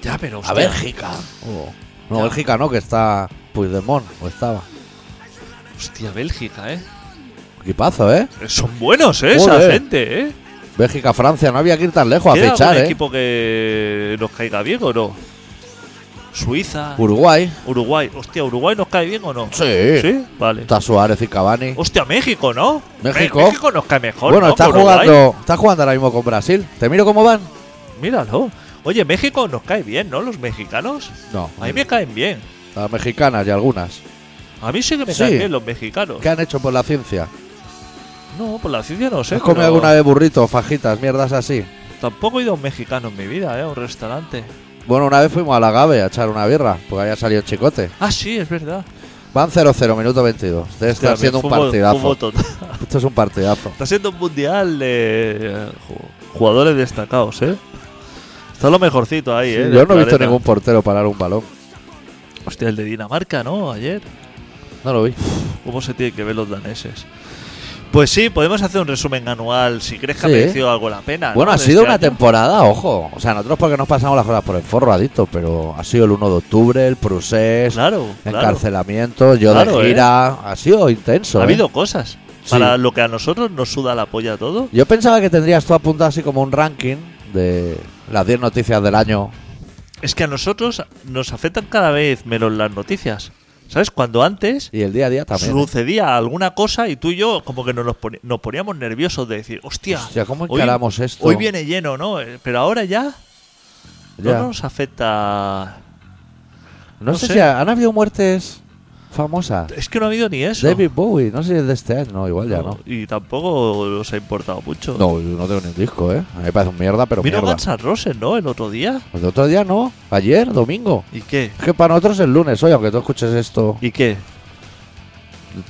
Speaker 2: ya, pero
Speaker 1: A
Speaker 2: hostia,
Speaker 1: Bélgica. O- No,
Speaker 2: Ya.
Speaker 1: Bélgica no, que está Puigdemont, o estaba.
Speaker 2: hostia, Bélgica, ¿eh?
Speaker 1: Equipazo, ¿eh?
Speaker 2: Son buenos, ¿eh? Esa
Speaker 1: Joder.
Speaker 2: gente, ¿eh?
Speaker 1: Bélgica, Francia, no había que ir tan lejos a
Speaker 2: ¿Queda
Speaker 1: fichar,
Speaker 2: algún
Speaker 1: ¿eh?
Speaker 2: equipo que nos caiga bien o no? Suiza,
Speaker 1: Uruguay.
Speaker 2: Uruguay, hostia, ¿Uruguay nos cae bien o no?
Speaker 1: Sí.
Speaker 2: ¿Sí? Vale.
Speaker 1: Está Suárez y Cavani.
Speaker 2: Hostia, México, ¿no?
Speaker 1: México.
Speaker 2: Me- México nos cae mejor.
Speaker 1: bueno,
Speaker 2: ¿no?
Speaker 1: está
Speaker 2: que Uruguay.
Speaker 1: jugando, está jugando ahora mismo con Brasil. ¿Te miro cómo van?
Speaker 2: Míralo. Oye, México nos cae bien, ¿no? Los mexicanos.
Speaker 1: No.
Speaker 2: A mí me caen bien.
Speaker 1: Las mexicanas y algunas.
Speaker 2: A mí sí que me
Speaker 1: Sí.
Speaker 2: caen bien los mexicanos.
Speaker 1: ¿Qué han hecho por la ciencia?
Speaker 2: No, por la ciencia no sé.
Speaker 1: ¿Has comido
Speaker 2: pero
Speaker 1: alguna vez burritos, fajitas, mierdas así?
Speaker 2: Tampoco he ido a un mexicano en mi vida, ¿eh? A un restaurante.
Speaker 1: Bueno, una vez fuimos a la Gave a echar una birra, porque había salido chicote.
Speaker 2: Ah, sí, es verdad.
Speaker 1: Van 0-0, minuto 22. Debe estar
Speaker 2: Hostia,
Speaker 1: siendo un
Speaker 2: fútbol-
Speaker 1: partidazo.
Speaker 2: fútbol total.
Speaker 1: Esto es un partidazo.
Speaker 2: Está siendo un mundial de eh, ju- jugadores destacados, ¿eh? Está lo mejorcito ahí, ¿eh?
Speaker 1: Sí,
Speaker 2: del
Speaker 1: yo no he visto
Speaker 2: planeta.
Speaker 1: ningún portero parar un balón.
Speaker 2: Hostia, el de Dinamarca, ¿no? Ayer.
Speaker 1: No lo vi.
Speaker 2: ¿Cómo se tienen que ver los daneses? Pues sí, podemos hacer un resumen anual si crees que ha
Speaker 1: Sí.
Speaker 2: merecido algo la pena.
Speaker 1: Bueno,
Speaker 2: ¿no?
Speaker 1: ha
Speaker 2: de
Speaker 1: sido
Speaker 2: este
Speaker 1: una
Speaker 2: año.
Speaker 1: temporada, ojo. O sea, nosotros porque nos pasamos las cosas por el forro, adictos, pero ha sido el 1 de octubre, el Prusés,
Speaker 2: Claro, claro.
Speaker 1: encarcelamiento, yo
Speaker 2: Claro,
Speaker 1: de
Speaker 2: ¿eh?
Speaker 1: gira. Ha sido intenso.
Speaker 2: Ha
Speaker 1: ¿eh?
Speaker 2: habido cosas.
Speaker 1: Sí.
Speaker 2: Para lo que a nosotros nos suda la polla todo.
Speaker 1: Yo pensaba que tendrías tú apuntado así como un ranking de las 10 noticias del año.
Speaker 2: Es que a nosotros nos afectan cada vez menos las noticias. ¿Sabes? Cuando antes
Speaker 1: Y el día a día también. ¿eh?
Speaker 2: sucedía alguna cosa y tú y yo como que nos, los poni- nos poníamos nerviosos de decir, hostia,
Speaker 1: Hostia, ¿cómo
Speaker 2: hoy-
Speaker 1: encaramos esto?
Speaker 2: Hoy viene lleno, ¿no? Eh, Pero ahora ya,
Speaker 1: Ya.
Speaker 2: no nos afecta...
Speaker 1: No,
Speaker 2: no
Speaker 1: sé,
Speaker 2: sé.
Speaker 1: si ha- han habido muertes famosas.
Speaker 2: Es que no ha habido ni eso.
Speaker 1: David Bowie, no sé si es de este año, no, igual ya no.
Speaker 2: Y tampoco nos ha importado mucho.
Speaker 1: No, yo no tengo ni un disco, ¿eh? A mí me parece un mierda, pero
Speaker 2: Vino
Speaker 1: mierda.
Speaker 2: Guns N' Roses, ¿no? El otro día.
Speaker 1: El otro día no, ayer, domingo.
Speaker 2: ¿Y qué?
Speaker 1: Es que para nosotros es el lunes hoy, aunque tú escuches esto.
Speaker 2: ¿Y qué?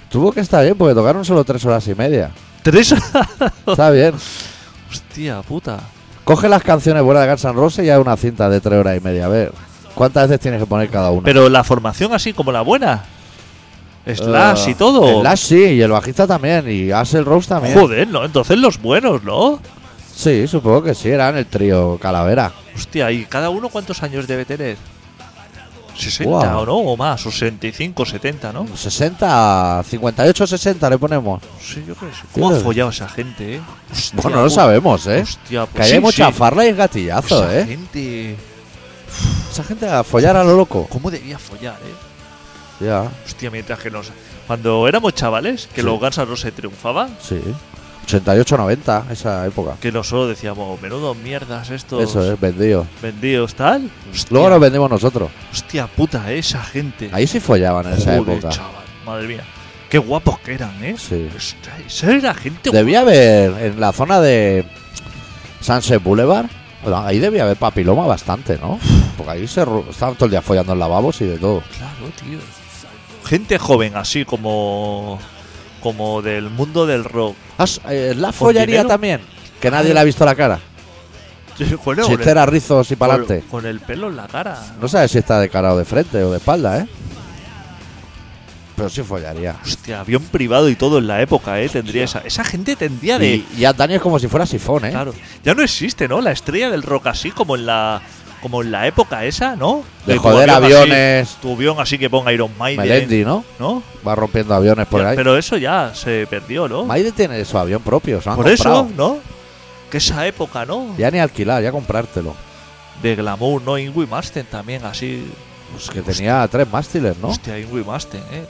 Speaker 1: Tuvo que estar bien porque tocaron solo tres horas y media.
Speaker 2: Tres...
Speaker 1: Está bien.
Speaker 2: Hostia puta.
Speaker 1: Coge las canciones buenas de Guns N' Roses y haz una cinta de tres horas y media. A ver, ¿cuántas veces tienes que poner cada una?
Speaker 2: Pero la formación así como la buena. Slash
Speaker 1: Eh,
Speaker 2: y todo.
Speaker 1: Slash sí, y el bajista también, y Axel Rose también.
Speaker 2: Joder, ¿no? Entonces los buenos, ¿no?
Speaker 1: Sí, supongo que sí, eran el trío Calavera.
Speaker 2: Hostia, ¿y cada uno cuántos años debe tener? 60
Speaker 1: Guau.
Speaker 2: o no, o más, o 65, 70, ¿no?
Speaker 1: 60, 58, 60 le ponemos.
Speaker 2: Sí, yo creo que sí. ¿Cómo ha
Speaker 1: Sí.
Speaker 2: follado esa gente, eh? Hostia,
Speaker 1: Bueno, no lo
Speaker 2: puta.
Speaker 1: sabemos, ¿eh?
Speaker 2: Hostia, pues
Speaker 1: Que ahí hay
Speaker 2: sí,
Speaker 1: mucha
Speaker 2: sí.
Speaker 1: farla y gatillazo,
Speaker 2: Esa
Speaker 1: ¿eh?
Speaker 2: gente, pues,
Speaker 1: Esa gente a follar a lo loco.
Speaker 2: ¿cómo debía follar, eh?
Speaker 1: Ya,
Speaker 2: Hostia, mientras que nos. Cuando éramos chavales, que
Speaker 1: Sí.
Speaker 2: los Guns N' Roses triunfaban,
Speaker 1: sí. 88, 90, esa época.
Speaker 2: que nosotros decíamos, menudo mierdas estos
Speaker 1: Eso es, vendido.
Speaker 2: vendidos tal.
Speaker 1: Luego
Speaker 2: Hostia.
Speaker 1: lo vendimos nosotros.
Speaker 2: Hostia puta, eh, esa gente.
Speaker 1: Ahí sí follaban en esa
Speaker 2: Joder,
Speaker 1: época.
Speaker 2: chaval, madre mía. Qué guapos que eran, ¿eh?
Speaker 1: Sí.
Speaker 2: Hostia, Esa era gente
Speaker 1: Debía haber en la zona de Sunset Boulevard. bueno, Ahí debía haber papiloma bastante, ¿no? Porque ahí se ru- estaban todo el día follando en lavabos y de todo.
Speaker 2: guapa. Claro, tío. Gente joven, así como. Como del mundo del rock.
Speaker 1: Ah, s- eh, ¿La
Speaker 2: ¿Con
Speaker 1: follaría
Speaker 2: dinero?
Speaker 1: también? Que nadie le ha visto la cara.
Speaker 2: Bueno, con el-
Speaker 1: Chistera, rizos y
Speaker 2: con-
Speaker 1: pa'lante.
Speaker 2: Con el pelo en la cara.
Speaker 1: No sabes si está de cara o de frente o de espalda, ¿eh? Pero sí follaría.
Speaker 2: Hostia, avión privado y todo en la época, ¿eh? Tendría esa. Esa gente tendría de.
Speaker 1: Y, y a Dani es como si fuera sifón, ¿eh?
Speaker 2: Claro. Ya no existe, ¿no? La estrella del rock así como en la. Como en la época esa, ¿no?
Speaker 1: De
Speaker 2: tu
Speaker 1: joder
Speaker 2: avión así-
Speaker 1: aviones.
Speaker 2: tu avión así que ponga Iron Maiden.
Speaker 1: Melendi, ¿no?
Speaker 2: ¿No?
Speaker 1: Va rompiendo aviones por
Speaker 2: Ya,
Speaker 1: ahí.
Speaker 2: Pero eso ya se perdió, ¿no?
Speaker 1: Maide tiene su avión propio, se lo han
Speaker 2: Por eso,
Speaker 1: comprado.
Speaker 2: ¿no? Que esa época, ¿no?
Speaker 1: Ya ni alquilar, ya comprártelo.
Speaker 2: De glamour, ¿no? Ingui Masten también, así.
Speaker 1: Pues que tenía tres mástiles, ¿no?
Speaker 2: Hostia, Ingui Masten, ¿eh?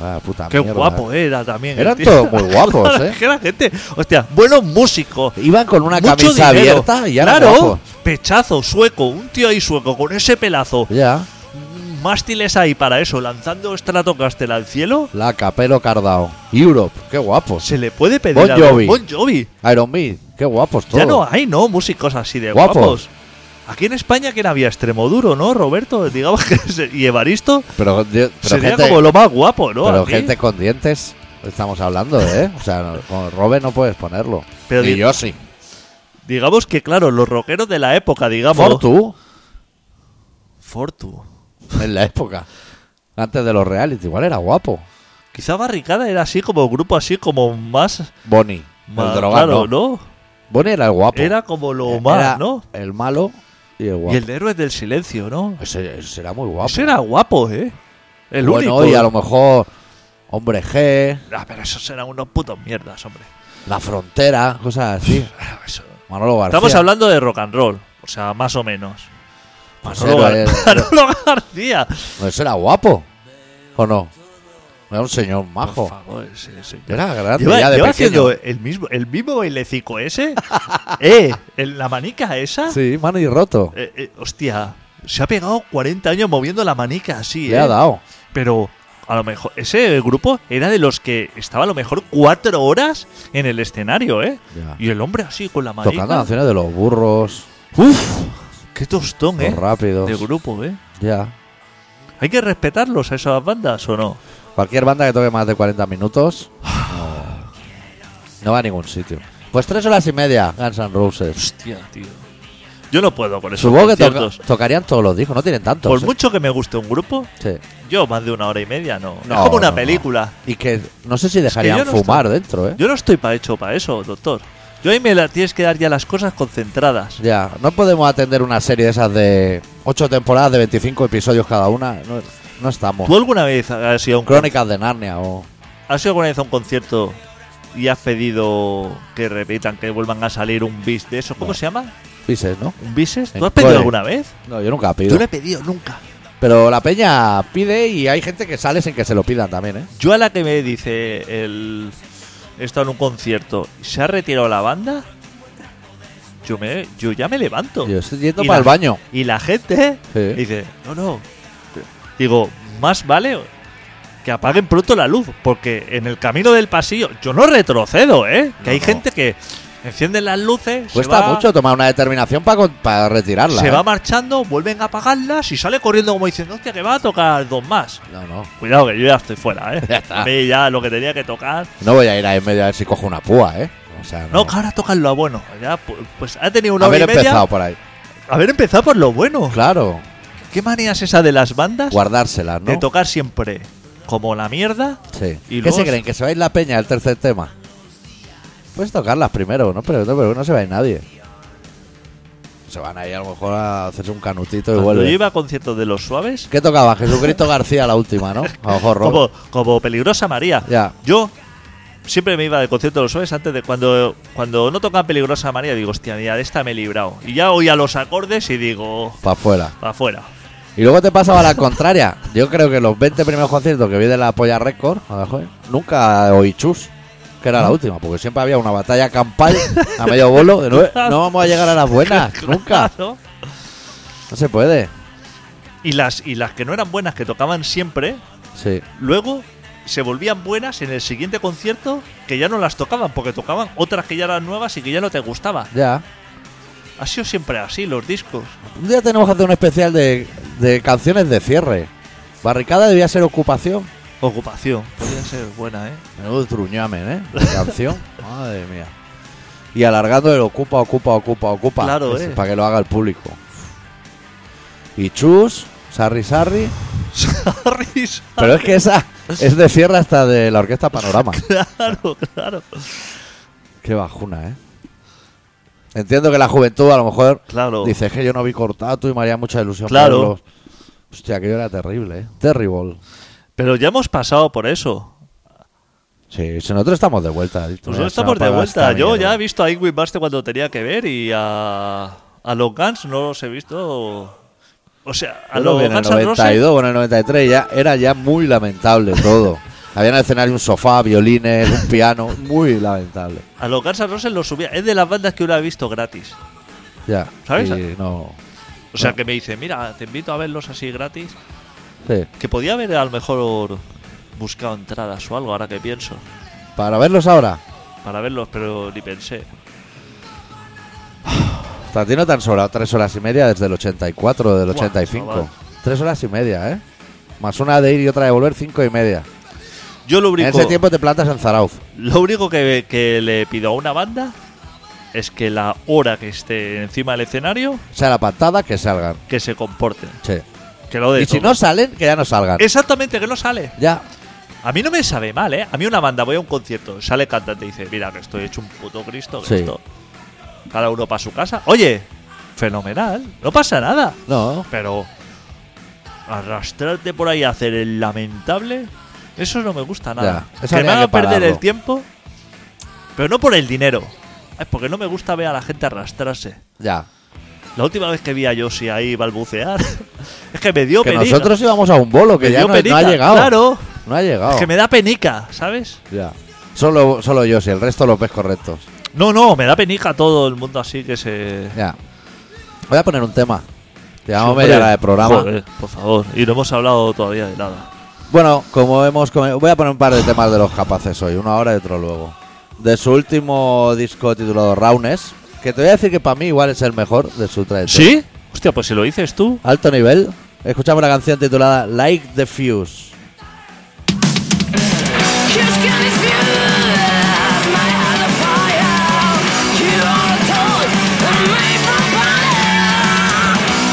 Speaker 1: Ah, puta
Speaker 2: Qué
Speaker 1: mierda.
Speaker 2: guapo era también. el
Speaker 1: Eran
Speaker 2: tío.
Speaker 1: todos muy guapos,
Speaker 2: Es
Speaker 1: ¿eh?
Speaker 2: que la gente. Hostia, buenos músicos.
Speaker 1: Iban con una
Speaker 2: mucho
Speaker 1: camisa
Speaker 2: dinero.
Speaker 1: abierta y ya
Speaker 2: claro, pechazo, sueco, un tío ahí sueco con ese pelazo,
Speaker 1: Ya,
Speaker 2: mm, mástiles ahí para eso, lanzando Stratocaster al cielo,
Speaker 1: la capelo cardao. Europe, qué guapos.
Speaker 2: se le puede pedir
Speaker 1: Bon
Speaker 2: a los-
Speaker 1: Jovi.
Speaker 2: Bon Jovi.
Speaker 1: Iron Maiden, qué guapos todos.
Speaker 2: Ya no hay, ¿no? Músicos así de
Speaker 1: Guapos.
Speaker 2: guapos. Aquí en España, ¿quién había? Extremoduro, ¿no, Roberto? Digamos que... se- y Evaristo
Speaker 1: Pero, de- pero
Speaker 2: sería
Speaker 1: gente,
Speaker 2: como lo más guapo, ¿no?
Speaker 1: pero
Speaker 2: Aquí.
Speaker 1: gente con dientes estamos hablando, ¿eh? O sea, no- con Robert no puedes ponerlo.
Speaker 2: Pero
Speaker 1: Ni
Speaker 2: di-
Speaker 1: yo sí.
Speaker 2: Digamos que, claro, los rockeros de la época, digamos...
Speaker 1: Fortu,
Speaker 2: Fortu.
Speaker 1: en la época. Antes de los reality, igual era guapo.
Speaker 2: Quizá Barricada era así como grupo así como más...
Speaker 1: Bonnie,
Speaker 2: más
Speaker 1: el drogado.
Speaker 2: claro, ¿no?
Speaker 1: Bonnie era el guapo.
Speaker 2: Era como lo
Speaker 1: Eh,
Speaker 2: más,
Speaker 1: era
Speaker 2: ¿no?
Speaker 1: El malo y el guapo.
Speaker 2: Y el de Héroes del Silencio, ¿no?
Speaker 1: Ese, ese era muy guapo.
Speaker 2: Ese era guapo, ¿eh? El
Speaker 1: bueno,
Speaker 2: único. ¿eh?
Speaker 1: y a lo mejor Hombre G,
Speaker 2: Ah, pero esos eran unos putos mierdas, hombre.
Speaker 1: La Frontera, cosas así.
Speaker 2: Ah, eso-
Speaker 1: Manolo García.
Speaker 2: Estamos hablando de rock and roll, o sea, más o menos.
Speaker 1: Pues
Speaker 2: Manolo,
Speaker 1: era-
Speaker 2: Gar- Manolo García.
Speaker 1: No, ese era guapo. ¿O no? Era un señor
Speaker 2: Por
Speaker 1: majo.
Speaker 2: favor, ese- ese-
Speaker 1: Era grande
Speaker 2: Lleva,
Speaker 1: ya de
Speaker 2: lleva
Speaker 1: pequeño.
Speaker 2: haciendo ¿eh? el mismo, el mismo bailecico ese. eh, el- la manica esa.
Speaker 1: Sí, mano y roto.
Speaker 2: Eh, eh, hostia, se ha pegado 40 años moviendo la manica así,
Speaker 1: Le
Speaker 2: eh.
Speaker 1: ha dado.
Speaker 2: Pero a lo mejor ese grupo era de los que estaba a lo mejor cuatro horas en el escenario, ¿eh?
Speaker 1: Ya.
Speaker 2: Y el hombre así con la manica.
Speaker 1: Tocando canciones de los burros,
Speaker 2: Uf, qué tostón, ¿eh?
Speaker 1: los rápidos.
Speaker 2: De grupo, ¿eh?
Speaker 1: Ya.
Speaker 2: ¿Hay que respetarlos a esas bandas o no?
Speaker 1: Cualquier banda que toque más de 40 minutos no, no va a ningún sitio. Pues tres horas y media, Guns N' Roses.
Speaker 2: Hostia, tío. Yo no puedo con esos
Speaker 1: Supongo que toca-
Speaker 2: conciertos.
Speaker 1: tocarían todos los discos, no tienen tantos.
Speaker 2: Por
Speaker 1: ¿eh?
Speaker 2: mucho que me guste un grupo,
Speaker 1: Sí.
Speaker 2: yo más de una hora y media no.
Speaker 1: No,
Speaker 2: es como una
Speaker 1: no, no.
Speaker 2: película.
Speaker 1: Y que no sé si dejarían
Speaker 2: yo no
Speaker 1: fumar dentro, ¿eh?
Speaker 2: Yo no estoy para hecho para eso, doctor. Yo ahí me la tienes que dar ya las cosas concentradas.
Speaker 1: Ya, no podemos atender una serie de esas de ocho temporadas de 25 episodios cada una. No, no estamos.
Speaker 2: ¿Tú alguna vez has ido, a un
Speaker 1: Crónicas de Narnia o.
Speaker 2: has ido alguna vez a un concierto y has pedido que repitan, que vuelvan a salir un bis de eso? ¿Cómo
Speaker 1: No.
Speaker 2: se llama?
Speaker 1: Dices, ¿no?
Speaker 2: ¿Un bises?
Speaker 1: En
Speaker 2: ¿Tú has pedido
Speaker 1: Corea.
Speaker 2: alguna vez?
Speaker 1: No, yo nunca
Speaker 2: Yo
Speaker 1: pido.
Speaker 2: no he pedido nunca.
Speaker 1: Pero la peña pide y hay gente que sale sin que se lo pidan también, ¿eh?
Speaker 2: Yo a la que me dice el. He estado en un concierto y se ha retirado la banda. Yo me yo ya me levanto.
Speaker 1: Yo estoy yendo
Speaker 2: Y
Speaker 1: para
Speaker 2: la-
Speaker 1: el baño.
Speaker 2: Y la gente
Speaker 1: Sí.
Speaker 2: dice, no, no. Digo, más vale que apaguen pronto la luz, porque en el camino del pasillo, yo no retrocedo, ¿eh? Que
Speaker 1: No,
Speaker 2: hay
Speaker 1: no.
Speaker 2: gente que enciende las luces,
Speaker 1: Cuesta
Speaker 2: se va,
Speaker 1: mucho tomar una determinación para retirarla.
Speaker 2: se
Speaker 1: ¿eh?
Speaker 2: va marchando, vuelven a apagarlas y sale corriendo como diciendo, hostia, que va a tocar dos más.
Speaker 1: No, no.
Speaker 2: Cuidado, que yo ya estoy fuera, ¿eh?
Speaker 1: Ya está.
Speaker 2: A mí ya lo que tenía que tocar.
Speaker 1: No voy a ir ahí en medio a ver si cojo una púa, ¿eh? O sea, no.
Speaker 2: No, que ahora tocan lo bueno. Ya, pu- pues ha tenido una
Speaker 1: Haber
Speaker 2: hora y media. Oh.
Speaker 1: empezado por ahí.
Speaker 2: Haber empezado por lo bueno.
Speaker 1: Claro.
Speaker 2: ¿Qué manía es esa de las bandas?
Speaker 1: Guardárselas, ¿no?
Speaker 2: De tocar siempre como la mierda.
Speaker 1: Sí.
Speaker 2: Y
Speaker 1: ¿Qué
Speaker 2: luego-
Speaker 1: se creen? ¿Que se va a ir la peña el tercer tema? Puedes tocarlas primero, ¿no? Pero no, pero no se va a ir nadie. Se van ahí a lo mejor a hacerse un canutito y
Speaker 2: Cuando yo
Speaker 1: vuelven.
Speaker 2: iba a conciertos de los suaves,
Speaker 1: ¿Qué tocaba? Jesucristo García la última, ¿no? A lo mejor rock.
Speaker 2: como, como peligrosa María.
Speaker 1: Ya.
Speaker 2: Yo siempre me iba de conciertos de los suaves antes de cuando, cuando no tocan peligrosa María, digo, hostia, mira, de esta me he librado. Y ya oía los acordes y digo,
Speaker 1: Para afuera.
Speaker 2: para afuera.
Speaker 1: Y luego te pasaba la contraria. Yo creo que los 20 primeros conciertos que vi de la Polla Record, a ver, joder, nunca oí chus, que era la última, porque siempre había una batalla campal a medio bolo. De nueve. No vamos a llegar a las buenas, nunca.
Speaker 2: Claro.
Speaker 1: No se puede.
Speaker 2: Y las, y las que no eran buenas, que tocaban siempre,
Speaker 1: Sí.
Speaker 2: Luego se volvían buenas en el siguiente concierto que ya no las tocaban, porque tocaban otras que ya eran nuevas y que ya no te gustaba.
Speaker 1: Ya.
Speaker 2: Ha sido siempre así los discos.
Speaker 1: Un día tenemos que hacer un especial de, de canciones de cierre. Barricada debía ser ocupación.
Speaker 2: Ocupación. Podría ser buena, ¿eh?
Speaker 1: Menudo truñamen, ¿eh? La canción. Madre mía. Y alargando el ocupa, ocupa, ocupa, ocupa.
Speaker 2: Claro,
Speaker 1: Ese,
Speaker 2: eh.
Speaker 1: Para que lo haga el público. Y chus, sarri, sarri.
Speaker 2: Sorris.
Speaker 1: Pero es que esa es de cierre hasta de la orquesta Panorama.
Speaker 2: Claro, claro.
Speaker 1: Qué bajuna, ¿eh? Entiendo que la juventud a lo mejor
Speaker 2: Claro.
Speaker 1: dice "Es que yo no vi cortato y me haría mucha ilusión.
Speaker 2: Claro.
Speaker 1: verlos". Hostia, que era terrible, ¿eh? Terrible.
Speaker 2: Pero ya hemos pasado por eso.
Speaker 1: Sí, si nosotros estamos de vuelta. Adicto,
Speaker 2: Nosotros
Speaker 1: Pues ya se
Speaker 2: estamos
Speaker 1: me
Speaker 2: de
Speaker 1: apaga
Speaker 2: vuelta.
Speaker 1: esta
Speaker 2: Yo
Speaker 1: mierda.
Speaker 2: ya he visto a Ingrid Master cuando tenía que ver y a, a los Guns no los he visto. O sea, a
Speaker 1: Yo lo
Speaker 2: los
Speaker 1: vi en el
Speaker 2: Guns N' Roses
Speaker 1: 92 o en el 93 ya era ya muy lamentable todo. Había en el escenario un sofá, violines, un piano, muy lamentable.
Speaker 2: a los Guns N' Roses los subía. Es de las bandas que uno ha visto gratis.
Speaker 1: Ya.
Speaker 2: ¿Sabes?
Speaker 1: Y no.
Speaker 2: O
Speaker 1: Ah.
Speaker 2: sea, que me dice, mira, te invito a verlos así gratis.
Speaker 1: Sí.
Speaker 2: Que podía haber a lo mejor buscado entradas o algo, ahora que pienso,
Speaker 1: Para verlos ahora,
Speaker 2: para verlos, pero ni pensé.
Speaker 1: hasta a ti no te han sobrado tres horas y media desde el 84, del
Speaker 2: Buah,
Speaker 1: 85.
Speaker 2: chaval.
Speaker 1: Tres horas y media, ¿eh? Más una de ir y otra de volver, cinco y media.
Speaker 2: Yo lo único,
Speaker 1: En ese tiempo te plantas en Zarauz.
Speaker 2: lo único que, que le pido a una banda es que la hora que esté encima del escenario,
Speaker 1: Sea la patada, que salgan.
Speaker 2: que se comporten.
Speaker 1: Sí.
Speaker 2: Que lo de
Speaker 1: Y si
Speaker 2: todo.
Speaker 1: no salen, que ya no salgan.
Speaker 2: Exactamente, que no sale.
Speaker 1: Ya.
Speaker 2: A mí no me sabe mal, ¿eh? A mí una banda, voy a un concierto, sale el cantante y dice, mira, que estoy hecho un puto Cristo, que
Speaker 1: Sí.
Speaker 2: esto- Cada uno para su casa. Oye, fenomenal, no pasa nada.
Speaker 1: No.
Speaker 2: Pero arrastrarte por ahí a hacer el lamentable, eso no me gusta nada.
Speaker 1: Ya, eso
Speaker 2: que me
Speaker 1: había
Speaker 2: haga
Speaker 1: que
Speaker 2: perder
Speaker 1: pararlo.
Speaker 2: el tiempo, pero no por el dinero. Es porque no me gusta ver a la gente arrastrarse.
Speaker 1: Ya.
Speaker 2: La última vez que vi a Yoshi ahí balbucear, es que me dio
Speaker 1: Que
Speaker 2: penica.
Speaker 1: nosotros íbamos a un bolo,
Speaker 2: me
Speaker 1: que ya
Speaker 2: dio
Speaker 1: no, no
Speaker 2: penica,
Speaker 1: ha llegado.
Speaker 2: Claro,
Speaker 1: No ha llegado.
Speaker 2: es que me da penica, ¿sabes?
Speaker 1: Ya. Solo, solo yo, si el resto los ves correctos.
Speaker 2: No, no, me da penica todo el mundo así que se.
Speaker 1: Ya. Voy a poner un tema. Llevamos
Speaker 2: Hombre,
Speaker 1: media hora de programa.
Speaker 2: joder, por favor, y no hemos hablado todavía de nada.
Speaker 1: Bueno, como hemos come- voy a poner un par de temas de los capaces hoy, uno ahora y otro luego. De su último disco titulado Raunes, que te voy a decir que para mí igual es el mejor de su trayectoria.
Speaker 2: ¿Sí? Hostia, pues si lo dices tú.
Speaker 1: Alto nivel. Escuchamos la canción titulada Like the Fuse.
Speaker 3: Kiss can be fueled, my heart on fire. You are cold and made from fire.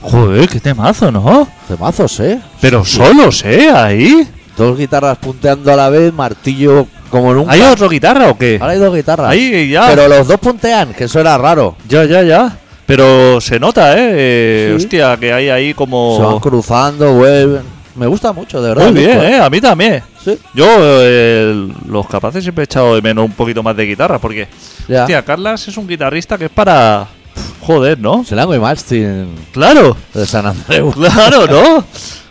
Speaker 2: Joder, qué temazo, ¿no?
Speaker 1: Temazos, ¿eh?
Speaker 2: Pero solos, ¿eh? Ahí.
Speaker 1: Dos guitarras punteando a la vez, martillo como nunca.
Speaker 2: ¿Hay otra guitarra o qué?
Speaker 1: Ahora hay dos guitarras.
Speaker 2: Ahí ya.
Speaker 1: Pero los dos puntean, que eso era raro.
Speaker 2: Ya, ya, ya. Pero se nota, ¿eh? Eh,
Speaker 1: Sí.
Speaker 2: Hostia, que hay ahí
Speaker 1: Se van
Speaker 2: como...
Speaker 1: cruzando, vuelven. Me gusta mucho, de verdad.
Speaker 2: Oh. Muy
Speaker 1: el
Speaker 2: bien,
Speaker 1: disco,
Speaker 2: ¿eh? A mí también.
Speaker 1: Sí,
Speaker 2: Yo, eh, los capaces siempre he echado de menos un poquito más de guitarra, porque...
Speaker 1: ya.
Speaker 2: Hostia, Carlas es un guitarrista que es para... Joder, ¿no?
Speaker 1: Selango y Malmsteen
Speaker 2: Claro.
Speaker 1: de San Andreu.
Speaker 2: Claro, ¿no?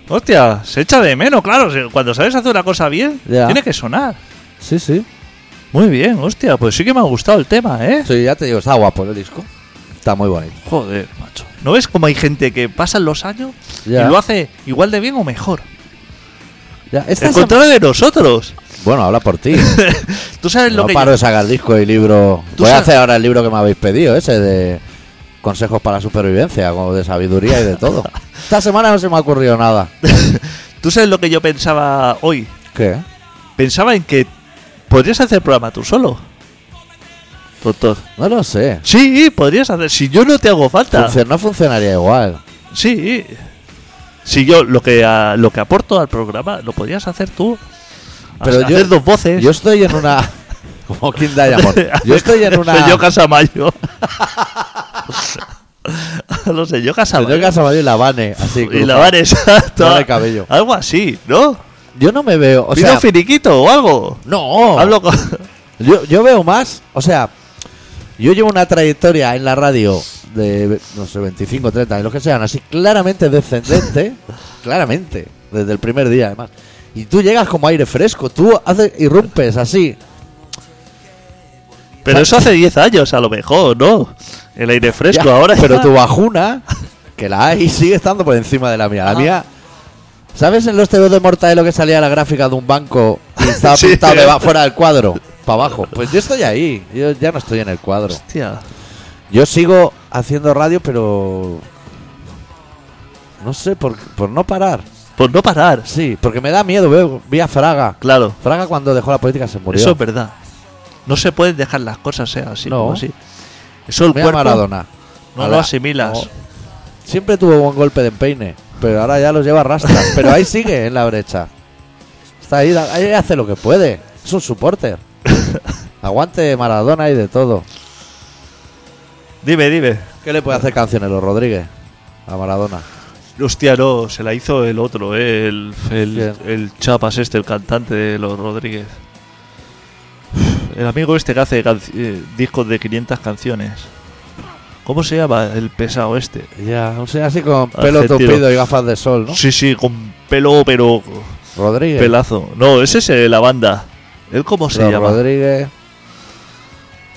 Speaker 2: Hostia, se echa de menos, claro. se- Cuando sabes hacer una cosa bien,
Speaker 1: Ya.
Speaker 2: tiene que sonar.
Speaker 1: Sí, sí.
Speaker 2: Muy bien, hostia, pues sí que me ha gustado el tema, ¿eh?
Speaker 1: Sí, ya te digo, está guapo el disco. Está muy bonito.
Speaker 2: Joder, macho. ¿No ves cómo hay gente que pasan los años
Speaker 1: Ya.
Speaker 2: y lo hace igual de bien o mejor?
Speaker 1: Ya, esta
Speaker 2: El
Speaker 1: es-
Speaker 2: contrario de nosotros.
Speaker 1: Bueno, habla por ti.
Speaker 2: Tú sabes lo
Speaker 1: no
Speaker 2: que
Speaker 1: paro
Speaker 2: yo-
Speaker 1: de sacar disco y libro.
Speaker 2: Tú
Speaker 1: Voy a
Speaker 2: sabes-
Speaker 1: hacer ahora el libro que me habéis pedido, ese de consejos para supervivencia, como de sabiduría y de todo. Esta semana no se me ha ocurrido nada.
Speaker 2: tú sabes lo que yo pensaba hoy.
Speaker 1: ¿Qué?
Speaker 2: Pensaba en que podrías hacer programa tú solo. Doctor.
Speaker 1: No lo sé.
Speaker 2: Sí, podrías hacer. Si yo no te hago falta.
Speaker 1: Funcio- no funcionaría igual.
Speaker 2: Sí. Si yo lo que a- lo que aporto al programa lo podrías hacer tú.
Speaker 1: Pero
Speaker 2: Pero
Speaker 1: yo-
Speaker 2: hacer dos voces.
Speaker 1: Yo estoy en una. Como King Diamond. Yo estoy en una.
Speaker 2: Señor Casamayo. Los señor Casamayo.
Speaker 1: Yo Casamayo y la Vane, así.
Speaker 2: y
Speaker 1: cruzado.
Speaker 2: lavar exacto.
Speaker 1: Lavar el cabello.
Speaker 2: Algo así, ¿no?
Speaker 1: Yo no me veo. O
Speaker 2: Pido
Speaker 1: sea,
Speaker 2: finiquito o algo.
Speaker 1: no.
Speaker 2: Hablo con.
Speaker 1: Yo, yo veo más, o sea, yo llevo una trayectoria en la radio de, no sé, 25, 30 años, los que sean, así claramente descendente, claramente, desde el primer día además. Y tú llegas como aire fresco, tú haces, irrumpes así.
Speaker 2: Pero eso hace 10 años, a lo mejor, ¿no? El aire fresco
Speaker 1: Ya,
Speaker 2: ahora.
Speaker 1: Pero tu bajuna, que la hay, sigue estando por encima de la mía. La mía. ¿Sabes en los TVOs de Mortadelo que salía la gráfica de un banco y estaba
Speaker 2: Sí.
Speaker 1: pintado deba- fuera del cuadro? Para abajo. Pues yo estoy ahí. Yo ya no estoy en el cuadro.
Speaker 2: Hostia.
Speaker 1: Yo sigo haciendo radio, pero. No sé, por, por no parar.
Speaker 2: Por no parar.
Speaker 1: Sí, porque me da miedo. Veo, vi a Fraga.
Speaker 2: Claro.
Speaker 1: Fraga, cuando dejó la política, se murió.
Speaker 2: Eso es verdad. No se pueden dejar las cosas sea así.
Speaker 1: No.
Speaker 2: como así. Eso el
Speaker 1: Mira
Speaker 2: cuerpo
Speaker 1: Maradona.
Speaker 2: no
Speaker 1: A
Speaker 2: lo
Speaker 1: la-
Speaker 2: asimilas.
Speaker 1: no. Siempre tuvo buen golpe de empeine, pero ahora ya los lleva a rastras. pero ahí sigue en la brecha. Está ahí, da- ahí hace lo que puede. Es un supporter. Aguante Maradona y de todo.
Speaker 2: Dime, dime.
Speaker 1: ¿Qué le puede hacer Cancionero Rodríguez a Maradona?
Speaker 2: Hostia, no, se la hizo el otro, eh, el, el,
Speaker 1: ¿Quién?
Speaker 2: el Chapas este, el cantante de los Rodríguez. El amigo este que hace canc- eh, discos de 500 canciones. ¿Cómo se llama el pesado este?
Speaker 1: Ya, un señor así con pelo
Speaker 2: Argentino.
Speaker 1: tupido y gafas de sol, ¿no?
Speaker 2: Sí, sí, con pelo, pero
Speaker 1: Rodríguez.
Speaker 2: pelazo. No, ese es eh, la banda. ¿Él cómo se
Speaker 1: Pero
Speaker 2: llama?
Speaker 1: Rodríguez.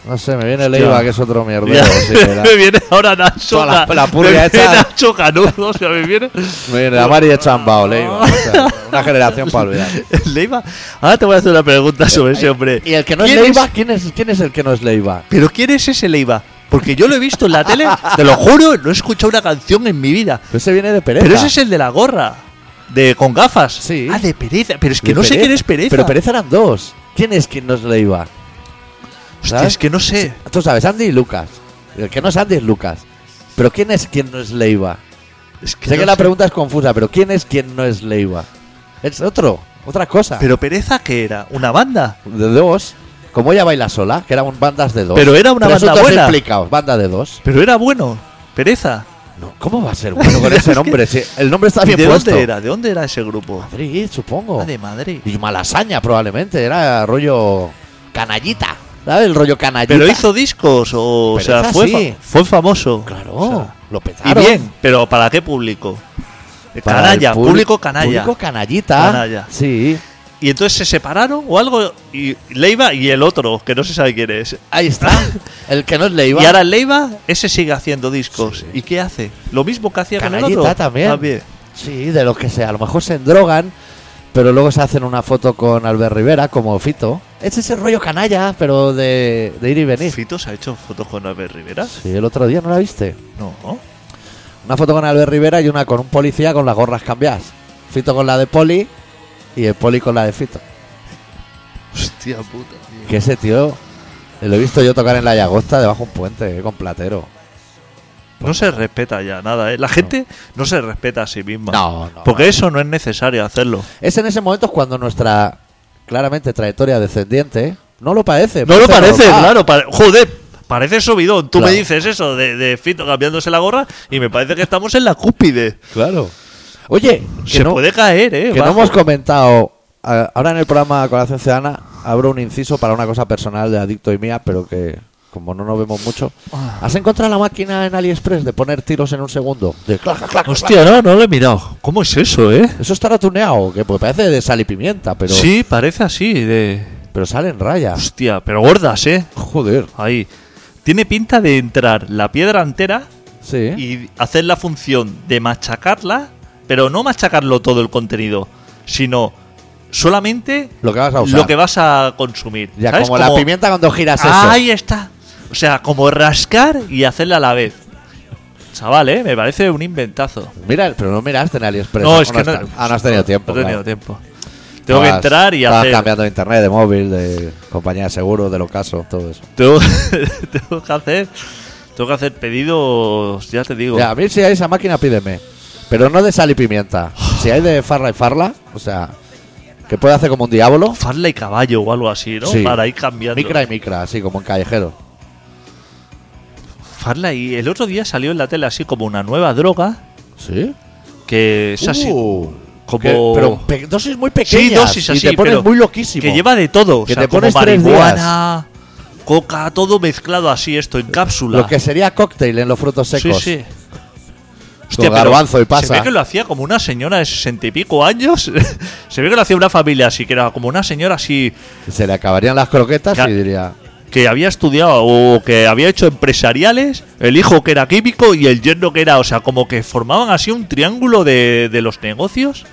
Speaker 1: No sé, me viene
Speaker 2: Hostia.
Speaker 1: Leiva, que es otro
Speaker 2: Ya.
Speaker 1: mierdero. sí, me da-
Speaker 2: me viene ahora Nacho.
Speaker 1: Toda la-
Speaker 2: Ga-
Speaker 1: la purria
Speaker 2: me viene
Speaker 1: esta.
Speaker 2: Nacho Canudo, o sea, me viene.
Speaker 1: me viene la Mari de Chambao, Leiva. o sea, una generación para olvidar.
Speaker 2: Leiva. Ahora te voy a hacer una pregunta sobre ese hombre.
Speaker 1: Y el que no es
Speaker 2: ¿Quién
Speaker 1: Leiva, ¿quién es, ¿quién es el que no es Leiva?
Speaker 2: ¿Pero quién es ese Leiva? Porque yo lo he visto en la tele, te lo juro, no he escuchado una canción en mi vida.
Speaker 1: Pues Ese viene de Pereza.
Speaker 2: Pero ese es el de la gorra, de con gafas.
Speaker 1: Sí.
Speaker 2: Ah, de pereza. Pero es que
Speaker 1: De
Speaker 2: no sé
Speaker 1: Pereza.
Speaker 2: quién es pereza.
Speaker 1: Pero Pereza eran dos. ¿Quién es quien no es Leiva?
Speaker 2: Hostia,
Speaker 1: ¿sabes?
Speaker 2: es que no sé.
Speaker 1: Tú sabes, Andy y Lucas. El que no es Andy es Lucas. Pero ¿quién es quien no es Leiva?
Speaker 2: Es que
Speaker 1: Sé
Speaker 2: no
Speaker 1: que la
Speaker 2: sé.
Speaker 1: pregunta es confusa, pero ¿quién es quien no es Leiva? Es otro, otra cosa.
Speaker 2: Pero pereza qué era? ¿Una banda?
Speaker 1: de dos, como ella baila sola, que eran bandas de dos.
Speaker 2: Pero era una
Speaker 1: Tres
Speaker 2: banda
Speaker 1: otros
Speaker 2: buena.
Speaker 1: implicados, banda de dos.
Speaker 2: Pero era bueno. Pereza.
Speaker 1: No, ¿Cómo va a ser bueno con ese nombre? Si el nombre está
Speaker 2: ¿De
Speaker 1: bien puesto.
Speaker 2: dónde era? ¿De dónde era ese grupo?
Speaker 1: Madrid, supongo.
Speaker 2: Ah, de Madrid.
Speaker 1: Y Malasaña, probablemente. Era rollo canallita. ¿Sabes? El rollo canallita.
Speaker 2: Pero hizo discos o, o sea,
Speaker 1: Pereza
Speaker 2: fue,
Speaker 1: sí.
Speaker 2: fa- fue famoso.
Speaker 1: Claro,
Speaker 2: O sea,
Speaker 1: lo
Speaker 2: y
Speaker 1: petaron.
Speaker 2: bien, pero ¿para qué público?
Speaker 1: Para
Speaker 2: canalla,
Speaker 1: el publi-
Speaker 2: público canalla.
Speaker 1: Público canallita.
Speaker 2: Canalla.
Speaker 1: Sí.
Speaker 2: Y entonces se separaron o algo. Y Leiva y el otro, que no se sabe quién es.
Speaker 1: Ahí está. el que no es Leiva.
Speaker 2: Ah. Y ahora Leiva, ese sigue haciendo discos.
Speaker 1: Sí.
Speaker 2: ¿Y qué hace? Lo mismo que hacía con el
Speaker 1: Canallita
Speaker 2: otro.
Speaker 1: también. Sí, de lo que sea. A lo mejor se endrogan, pero luego se hacen una foto con Albert Rivera como Fito. Es ese rollo canalla, pero de, de ir y venir.
Speaker 2: Fito se ha hecho fotos con Albert Rivera.
Speaker 1: Sí, el otro día no la viste.
Speaker 2: No.
Speaker 1: Una foto con Albert Rivera y una con un policía con las gorras cambiadas. Fito con la de Poli y el Poli con la de Fito.
Speaker 2: Hostia puta, tío.
Speaker 1: Que ese tío eh, lo he visto yo tocar en la Llagosta debajo de un puente eh, con platero.
Speaker 2: No se respeta ya nada, ¿eh? La gente no se respeta a sí misma.
Speaker 1: No, no,
Speaker 2: Porque eso no es necesario hacerlo.
Speaker 1: Es en ese momento cuando nuestra claramente trayectoria descendiente no lo parece.
Speaker 2: No lo parece,
Speaker 1: normal.
Speaker 2: claro. pare- joder, parece subidón. Tú
Speaker 1: Claro.
Speaker 2: me dices eso de, de Fito cambiándose la gorra y me parece que estamos en la cúspide.
Speaker 1: Claro. Oye, que
Speaker 2: Se
Speaker 1: no,
Speaker 2: puede caer, ¿eh?
Speaker 1: que no
Speaker 2: Bajo.
Speaker 1: hemos comentado. a- Ahora en el programa Colación Ciudadana abro un inciso para una cosa personal de Adicto y mía, pero que como no nos vemos mucho.
Speaker 2: Ah.
Speaker 1: ¿Has encontrado la máquina en AliExpress de poner tiros en un segundo? De clac, clac, clac,
Speaker 2: Hostia, no, no lo he mirado. ¿Cómo es eso, eh?
Speaker 1: Eso estará tuneado, que pues parece de sal y pimienta, pero,
Speaker 2: Sí, parece así, de.
Speaker 1: pero sale en raya.
Speaker 2: Hostia, pero gordas, eh.
Speaker 1: Joder.
Speaker 2: Ahí. Tiene pinta de entrar la piedra entera
Speaker 1: Sí.
Speaker 2: y hacer la función de machacarla, pero no machacarlo todo el contenido, sino solamente
Speaker 1: Lo que vas a usar.
Speaker 2: lo que vas a consumir.
Speaker 1: ya,
Speaker 2: ¿sabes? "Ah,
Speaker 1: como, la pimienta cuando giras eso.
Speaker 2: Ahí está. O sea, como rascar y hacerla a la vez. Chaval, ¿eh? Me parece un inventazo.
Speaker 1: Mira, pero no miraste en AliExpress.
Speaker 2: No, es
Speaker 1: no,
Speaker 2: que no,
Speaker 1: está- ah, no has tenido tiempo.
Speaker 2: No he tenido
Speaker 1: claro.
Speaker 2: tiempo. Tengo que
Speaker 1: Estabas-
Speaker 2: entrar y
Speaker 1: estabas
Speaker 2: hacer.
Speaker 1: cambiando de internet, de móvil, de compañía de seguros, del ocaso, todo eso.
Speaker 2: Tengo, tengo que hacer. Tengo que hacer pedidos, ya te digo.
Speaker 1: Ya, a mí si hay esa máquina, pídeme. Pero no de sal y pimienta. Si hay de farla y farla, o sea, que puede hacer como un diablo.
Speaker 2: Farla y caballo o algo así, ¿no?
Speaker 1: Sí.
Speaker 2: Para ir cambiando.
Speaker 1: Micra y micra, así como en callejero.
Speaker 2: Farla y el otro día salió en la tele así como una nueva droga
Speaker 1: ¿Sí?
Speaker 2: que es así.
Speaker 1: Uh,
Speaker 2: como-
Speaker 1: que- pero pe- dosis muy pequeñas.
Speaker 2: sí, dosis así,
Speaker 1: Y te pones
Speaker 2: pero
Speaker 1: muy loquísimo.
Speaker 2: Que lleva de todo,
Speaker 1: Que
Speaker 2: o sea,
Speaker 1: te
Speaker 2: como
Speaker 1: pones tres
Speaker 2: marihuana, coca, todo mezclado así esto en cápsula.
Speaker 1: Lo que sería cóctel en los frutos
Speaker 2: sí,
Speaker 1: secos.
Speaker 2: sí. pero
Speaker 1: garbanzo y
Speaker 2: Se
Speaker 1: pasa.
Speaker 2: ve que lo hacía como una señora de sesenta y pico años. se ve que lo hacía una familia así, que era como una señora así
Speaker 1: Se le acabarían las croquetas
Speaker 2: Ca-
Speaker 1: y diría...
Speaker 2: que había estudiado o que había hecho empresariales, el hijo que era químico y el yerno que era, o sea, como que formaban así un triángulo de, de los negocios.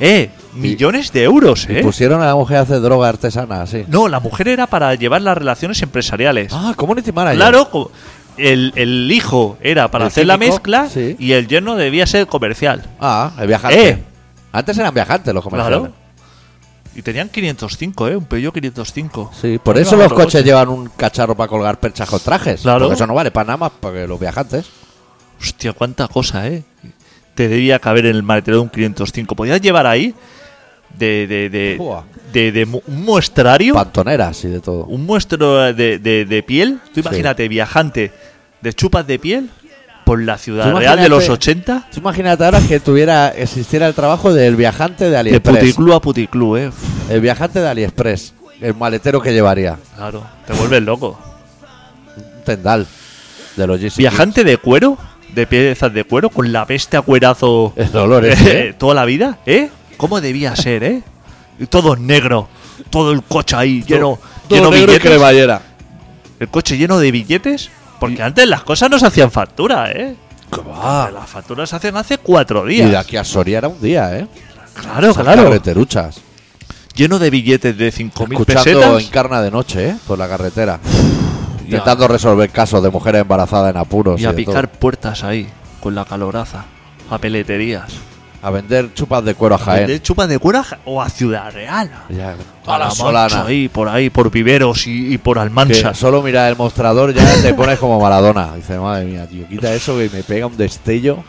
Speaker 2: Eh, millones de euros, eh.
Speaker 1: Pusieron a la mujer a hacer droga artesana, así.
Speaker 2: No, la mujer era para llevar las relaciones empresariales.
Speaker 1: Ah, community manager.
Speaker 2: Claro, co- el, el hijo era para
Speaker 1: El
Speaker 2: hacer la
Speaker 1: químico,
Speaker 2: mezcla
Speaker 1: sí.
Speaker 2: y el yerno debía ser comercial.
Speaker 1: Ah, el viajante.
Speaker 2: Eh.
Speaker 1: Antes eran viajantes los comerciales.
Speaker 2: Claro. Y tenían 505, ¿eh? Un Peugeot Pues 505.
Speaker 1: Sí, por
Speaker 2: No
Speaker 1: eso
Speaker 2: iban
Speaker 1: los
Speaker 2: otro
Speaker 1: coches
Speaker 2: coche.
Speaker 1: llevan un cacharro para colgar perchas con trajes.
Speaker 2: Claro.
Speaker 1: Porque eso no vale para nada más porque los viajantes.
Speaker 2: Hostia, cuánta cosa, ¿eh? Te debía caber en el maletero de un 505. Podías llevar ahí de, de, de,
Speaker 1: Buah.
Speaker 2: de- de mu- un muestrario,
Speaker 1: Pantoneras y de todo.
Speaker 2: un muestro de, de- de piel. Tú imagínate, viajante de chupas de piel por la ciudad
Speaker 1: Tú
Speaker 2: real de los
Speaker 1: imagínate-
Speaker 2: 80.
Speaker 1: Tú imagínate ahora que tuviera, existiera el trabajo del viajante de
Speaker 2: De
Speaker 1: AliExpress.
Speaker 2: puticlú a puticlú, ¿eh? Uf,
Speaker 1: el viajante de AliExpress. El maletero que llevaría.
Speaker 2: claro, te vuelves loco.
Speaker 1: Un tendal. De los GCQ.
Speaker 2: Viajante de cuero, de piezas de cuero, con la peste a cuerazo
Speaker 1: El olor ese,
Speaker 2: eh,
Speaker 1: ¿eh?
Speaker 2: toda la vida, ¿eh? ¿Cómo debía ser, eh? Y todo negro, todo el coche ahí lleno,
Speaker 1: Todo
Speaker 2: lleno
Speaker 1: negro
Speaker 2: de
Speaker 1: y
Speaker 2: billetes,
Speaker 1: cremallera.
Speaker 2: el coche lleno de billetes, porque antes las cosas no se hacían factura, ¿eh? Las facturas se hacen hace cuatro
Speaker 1: Y
Speaker 2: días.
Speaker 1: de aquí a Soria era un día, ¿eh?
Speaker 2: Claro,
Speaker 1: Esas
Speaker 2: claro.
Speaker 1: Carreteruchas.
Speaker 2: Lleno de billetes de 5.000
Speaker 1: Escuchando
Speaker 2: pesetas.
Speaker 1: Encarna de noche, ¿eh? Por la carretera.
Speaker 2: y a-
Speaker 1: Intentando resolver casos de mujeres embarazadas en apuros.
Speaker 2: y a
Speaker 1: de todo.
Speaker 2: picar puertas ahí, con la caloraza, a peleterías.
Speaker 1: A vender chupas de cuero a Jaén.
Speaker 2: De chupas de cuero a Ja- o a Ciudad Real.
Speaker 1: Ya,
Speaker 2: A la
Speaker 1: Solana.
Speaker 2: Mancha, ahí, por ahí, por Viveros y, y por
Speaker 1: Que
Speaker 2: Almansa.
Speaker 1: solo mira el mostrador ya te pones como Maradona. Dice, madre mía, tío, quita eso que me pega un destello.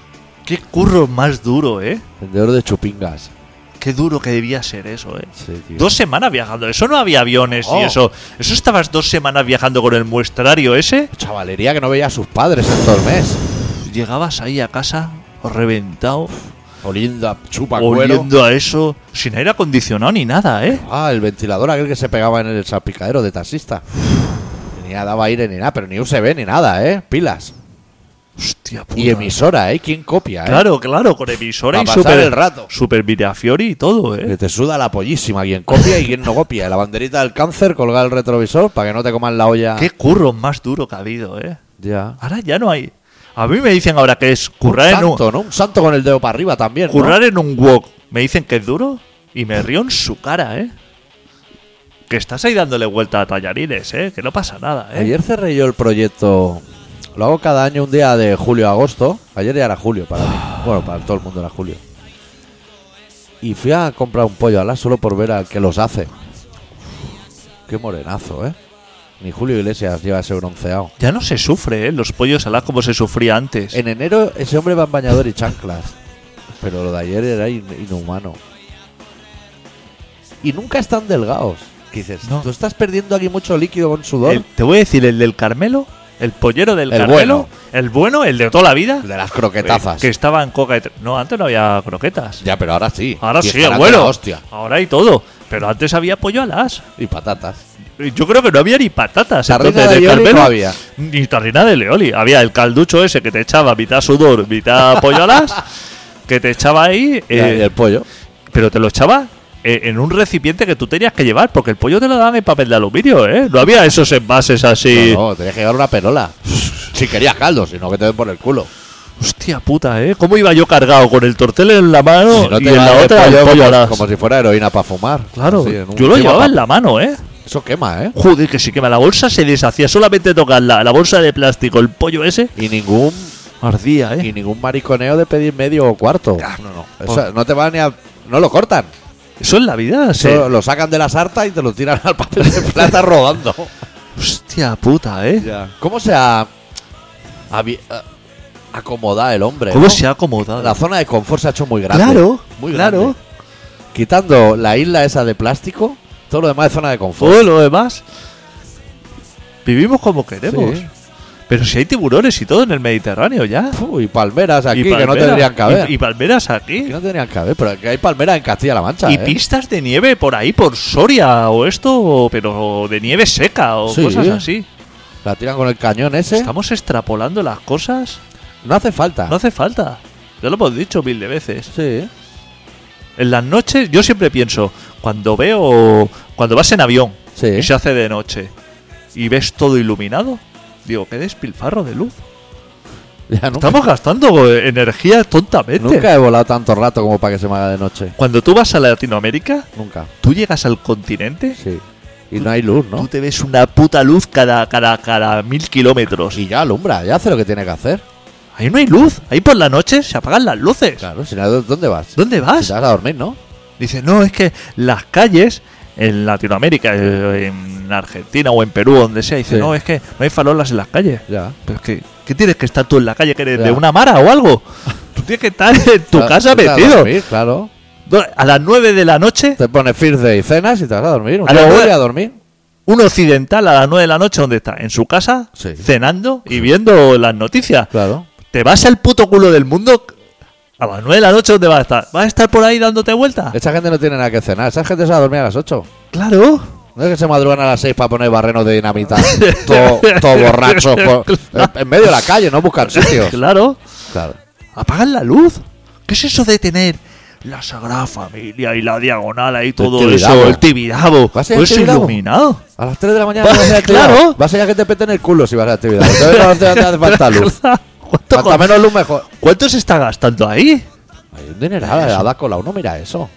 Speaker 2: Qué curro más duro, ¿eh?
Speaker 1: Vendedor de chupingas.
Speaker 2: Qué duro que debía ser eso, ¿eh?
Speaker 1: Sí, tío. Oh.
Speaker 2: Dos semanas viajando. Eso no había aviones
Speaker 1: No.
Speaker 2: y eso. Eso estabas dos semanas viajando con el muestrario ese.
Speaker 1: Chavalería que no veía a sus padres en todo el mes.
Speaker 2: Llegabas ahí a casa reventado,
Speaker 1: Oliendo a chupa cuero.
Speaker 2: oliendo a eso, sin aire acondicionado ni nada, ¿eh?
Speaker 1: Ah, el ventilador aquel que se pegaba en el salpicadero de taxista. Ni nada daba aire ni nada, pero ni USB ni nada, ¿eh? Pilas.
Speaker 2: Hostia puta.
Speaker 1: Y emisora, ¿eh? ¿Quién copia, eh?
Speaker 2: Claro, claro, con emisora
Speaker 1: Pa'
Speaker 2: y
Speaker 1: pasar
Speaker 2: super,
Speaker 1: el rato.
Speaker 2: Super Mirafiori y todo,
Speaker 1: Que
Speaker 2: ¿eh?
Speaker 1: te suda la pollísima quién copia y quién no copia. La banderita del cáncer, colgar el retrovisor para que no te coman la olla.
Speaker 2: Qué curro más duro que ha habido, ¿eh?
Speaker 1: Ya.
Speaker 2: Ahora ya no hay. A mí me dicen ahora que es
Speaker 1: un
Speaker 2: currar en un,
Speaker 1: santo, ¿no? Un santo con el dedo para arriba también. ¿no?
Speaker 2: currar en un wok. Me dicen que es duro y me río en su cara, ¿eh? Que estás ahí dándole vuelta a tallarines, ¿eh? Que no pasa nada, ¿eh?
Speaker 1: Ayer cerré yo el proyecto. Lo hago cada año un día de julio a agosto. Ayer ya era julio para mí. Bueno, para todo el mundo era julio. Y fui a comprar un pollo ala solo por ver al que los hace. Qué morenazo, ¿eh? Ni Julio Iglesias lleva ese bronceado.
Speaker 2: Ya no se sufre, ¿eh? Los pollos alá como se sufría antes.
Speaker 1: En enero ese hombre va en bañador y chanclas. Pero lo de ayer era in- inhumano. Y nunca están delgados. Que dices,
Speaker 2: No.
Speaker 1: tú estás perdiendo aquí mucho líquido con sudor.
Speaker 2: El- te voy a decir, el del Carmelo, el pollero del
Speaker 1: El
Speaker 2: Carmelo, el bueno, el de toda la vida.
Speaker 1: de las croquetazas.
Speaker 2: eh, Que estaba en coca. y tr- No, antes no había croquetas.
Speaker 1: Ya, pero ahora sí.
Speaker 2: Ahora
Speaker 1: Y
Speaker 2: sí,
Speaker 1: espárate
Speaker 2: abuelo.
Speaker 1: la Hostia.
Speaker 2: Ahora hay todo. Pero antes había pollo alas.
Speaker 1: Y patatas.
Speaker 2: Yo creo que no había ni patatas.
Speaker 1: Tarrina
Speaker 2: Entonces,
Speaker 1: de
Speaker 2: del
Speaker 1: Leoli
Speaker 2: Carmelo,
Speaker 1: no había.
Speaker 2: Ni tarrina de Leoli. Había el calducho ese que te echaba mitad sudor, mitad pollo alas. Que te echaba ahí.
Speaker 1: Y
Speaker 2: eh,
Speaker 1: el pollo.
Speaker 2: pero te lo echaba eh, en un recipiente que tú tenías que llevar, porque el pollo te lo daban en papel de aluminio, ¿eh? No había esos envases así.
Speaker 1: No, no, tenías que llevar una perola. si querías caldo, si no que te den por el culo.
Speaker 2: Hostia puta, ¿eh? ¿Cómo iba yo cargado con el tortel en la mano
Speaker 1: Si no te
Speaker 2: y en
Speaker 1: llevaban
Speaker 2: la
Speaker 1: el
Speaker 2: otra el pollo
Speaker 1: como,
Speaker 2: alas?
Speaker 1: como si fuera heroína para fumar.
Speaker 2: Claro,
Speaker 1: Así, en un
Speaker 2: yo lo
Speaker 1: chivapapo.
Speaker 2: llevaba en la mano, ¿eh?
Speaker 1: Eso quema, ¿eh?
Speaker 2: Joder, que sí que la bolsa se deshacía. Solamente tocar la, la bolsa de plástico, el pollo ese,
Speaker 1: Y ningún
Speaker 2: ardía,
Speaker 1: y
Speaker 2: ¿eh?
Speaker 1: ningún mariconeo de pedir medio o cuarto.
Speaker 2: no, no.
Speaker 1: Eso no te va ni a. No lo cortan.
Speaker 2: Eso es la vida, sí.
Speaker 1: Eso lo sacan de la sarta y te lo tiran al papel de plata rodando.
Speaker 2: Hostia puta, ¿eh?
Speaker 1: ¿Cómo se ha. habi- eh, acomodado el hombre?
Speaker 2: ¿Cómo
Speaker 1: no?
Speaker 2: se ha acomodado?
Speaker 1: La zona de confort se ha hecho muy grande.
Speaker 2: Claro,
Speaker 1: muy
Speaker 2: claro.
Speaker 1: grande. Quitando la isla esa de plástico, todo lo demás es zona de confort.
Speaker 2: Todo lo demás. Vivimos como queremos.
Speaker 1: Sí.
Speaker 2: Pero si hay tiburones y todo en el Mediterráneo ya.
Speaker 1: Fu, y palmeras aquí
Speaker 2: Y
Speaker 1: que no
Speaker 2: palmeras-
Speaker 1: tendrían que haber.
Speaker 2: Y, y palmeras
Speaker 1: Que
Speaker 2: aquí.
Speaker 1: no tendrían que haber, pero que hay palmeras en Castilla-La Mancha.
Speaker 2: Y
Speaker 1: ¿eh?
Speaker 2: pistas de nieve por ahí, por Soria o esto, o- pero de nieve seca o
Speaker 1: Sí.
Speaker 2: cosas así.
Speaker 1: La tiran con el cañón ese.
Speaker 2: Estamos extrapolando las cosas.
Speaker 1: No hace falta.
Speaker 2: No hace falta. Ya lo hemos dicho mil de veces.
Speaker 1: Sí.
Speaker 2: En las noches yo siempre pienso, cuando veo, cuando vas en avión
Speaker 1: Sí.
Speaker 2: y se hace de noche y ves todo iluminado, digo, qué despilfarro de luz.
Speaker 1: Ya nunca,
Speaker 2: Estamos gastando eh, energía tontamente.
Speaker 1: nunca he volado tanto rato como para que se me haga de noche.
Speaker 2: Cuando tú vas a Latinoamérica,
Speaker 1: Nunca.
Speaker 2: tú llegas al continente,
Speaker 1: Sí. Y no hay luz,
Speaker 2: tú
Speaker 1: ¿no?
Speaker 2: te ves una puta luz cada, cada, cada mil kilómetros.
Speaker 1: Y ya alumbra, ya hace lo que tiene que hacer.
Speaker 2: Ahí no hay luz. Ahí por la noche se apagan las luces.
Speaker 1: Claro, si no, ¿dónde vas?
Speaker 2: ¿Dónde
Speaker 1: Si
Speaker 2: vas?
Speaker 1: te vas a dormir, ¿no?
Speaker 2: Dice, no, es que las calles en Latinoamérica, eh, en Argentina o en Perú, donde sea, dice,
Speaker 1: Sí.
Speaker 2: no, es que no hay farolas en las calles.
Speaker 1: Ya.
Speaker 2: Pero es que, ¿qué tienes que estar tú en la calle? ¿Que eres
Speaker 1: Ya.
Speaker 2: de una mara o algo? Tú tienes que estar en tu
Speaker 1: Claro,
Speaker 2: casa
Speaker 1: tú te vas a
Speaker 2: metido.
Speaker 1: dormir, claro.
Speaker 2: A las 9 de la noche,
Speaker 1: Te pones first day, cenas y te vas a dormir.
Speaker 2: A la
Speaker 1: Yo voy
Speaker 2: hora-
Speaker 1: a dormir.
Speaker 2: un occidental a las 9 de la noche, ¿dónde está? En su casa,
Speaker 1: Sí.
Speaker 2: cenando y viendo las noticias.
Speaker 1: Claro.
Speaker 2: Te vas al puto culo del mundo a las 9 de la noche, ¿dónde vas a estar? ¿Vas a estar por ahí dándote vueltas?
Speaker 1: Esa gente no tiene nada que cenar. Esa gente se va a dormir a las 8.
Speaker 2: Claro.
Speaker 1: No es que se madrugan a las 6 para poner barrenos de dinamita. todo, todo borracho. por- en, en medio de la calle, no buscan sitios.
Speaker 2: Claro.
Speaker 1: Claro.
Speaker 2: Apagan la luz. ¿Qué es eso de tener la Sagrada Familia y la Diagonal ahí, todo
Speaker 1: Tibidabo.
Speaker 2: eso, el Tibidabo?
Speaker 1: ¿Vas a ir
Speaker 2: Todo
Speaker 1: al
Speaker 2: eso
Speaker 1: Tibidabo?
Speaker 2: iluminado.
Speaker 1: A las 3 de la mañana
Speaker 2: Va-
Speaker 1: vas a la actividad.
Speaker 2: claro.
Speaker 1: Vas a ir a que te peten el culo si vas a la actividad. Entonces no te, no te hace falta luz.
Speaker 2: ¿Cuánto,
Speaker 1: Cuanta
Speaker 2: co-
Speaker 1: menos luz, mejor.
Speaker 2: cuánto se está gastando ahí?
Speaker 1: Hay un dineral a la cola. Uno mira eso.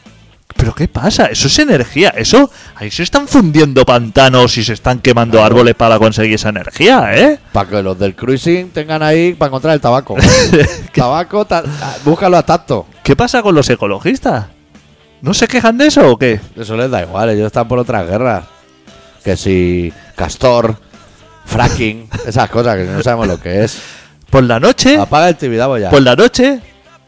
Speaker 2: ¿Pero qué pasa? Eso es energía. Eso, ahí se están fundiendo pantanos y se están quemando árboles para conseguir esa energía, ¿eh?
Speaker 1: Para que los del cruising tengan ahí para encontrar el tabaco. tabaco, ta- ah, búscalo a tacto.
Speaker 2: ¿Qué pasa con los ecologistas? ¿No se quejan de eso o qué?
Speaker 1: Eso les da igual, ellos están por otras guerras. Que si castor, fracking, esas cosas que no sabemos lo que es.
Speaker 2: Por la noche,
Speaker 1: Apaga el tibidabo ya.
Speaker 2: por la noche,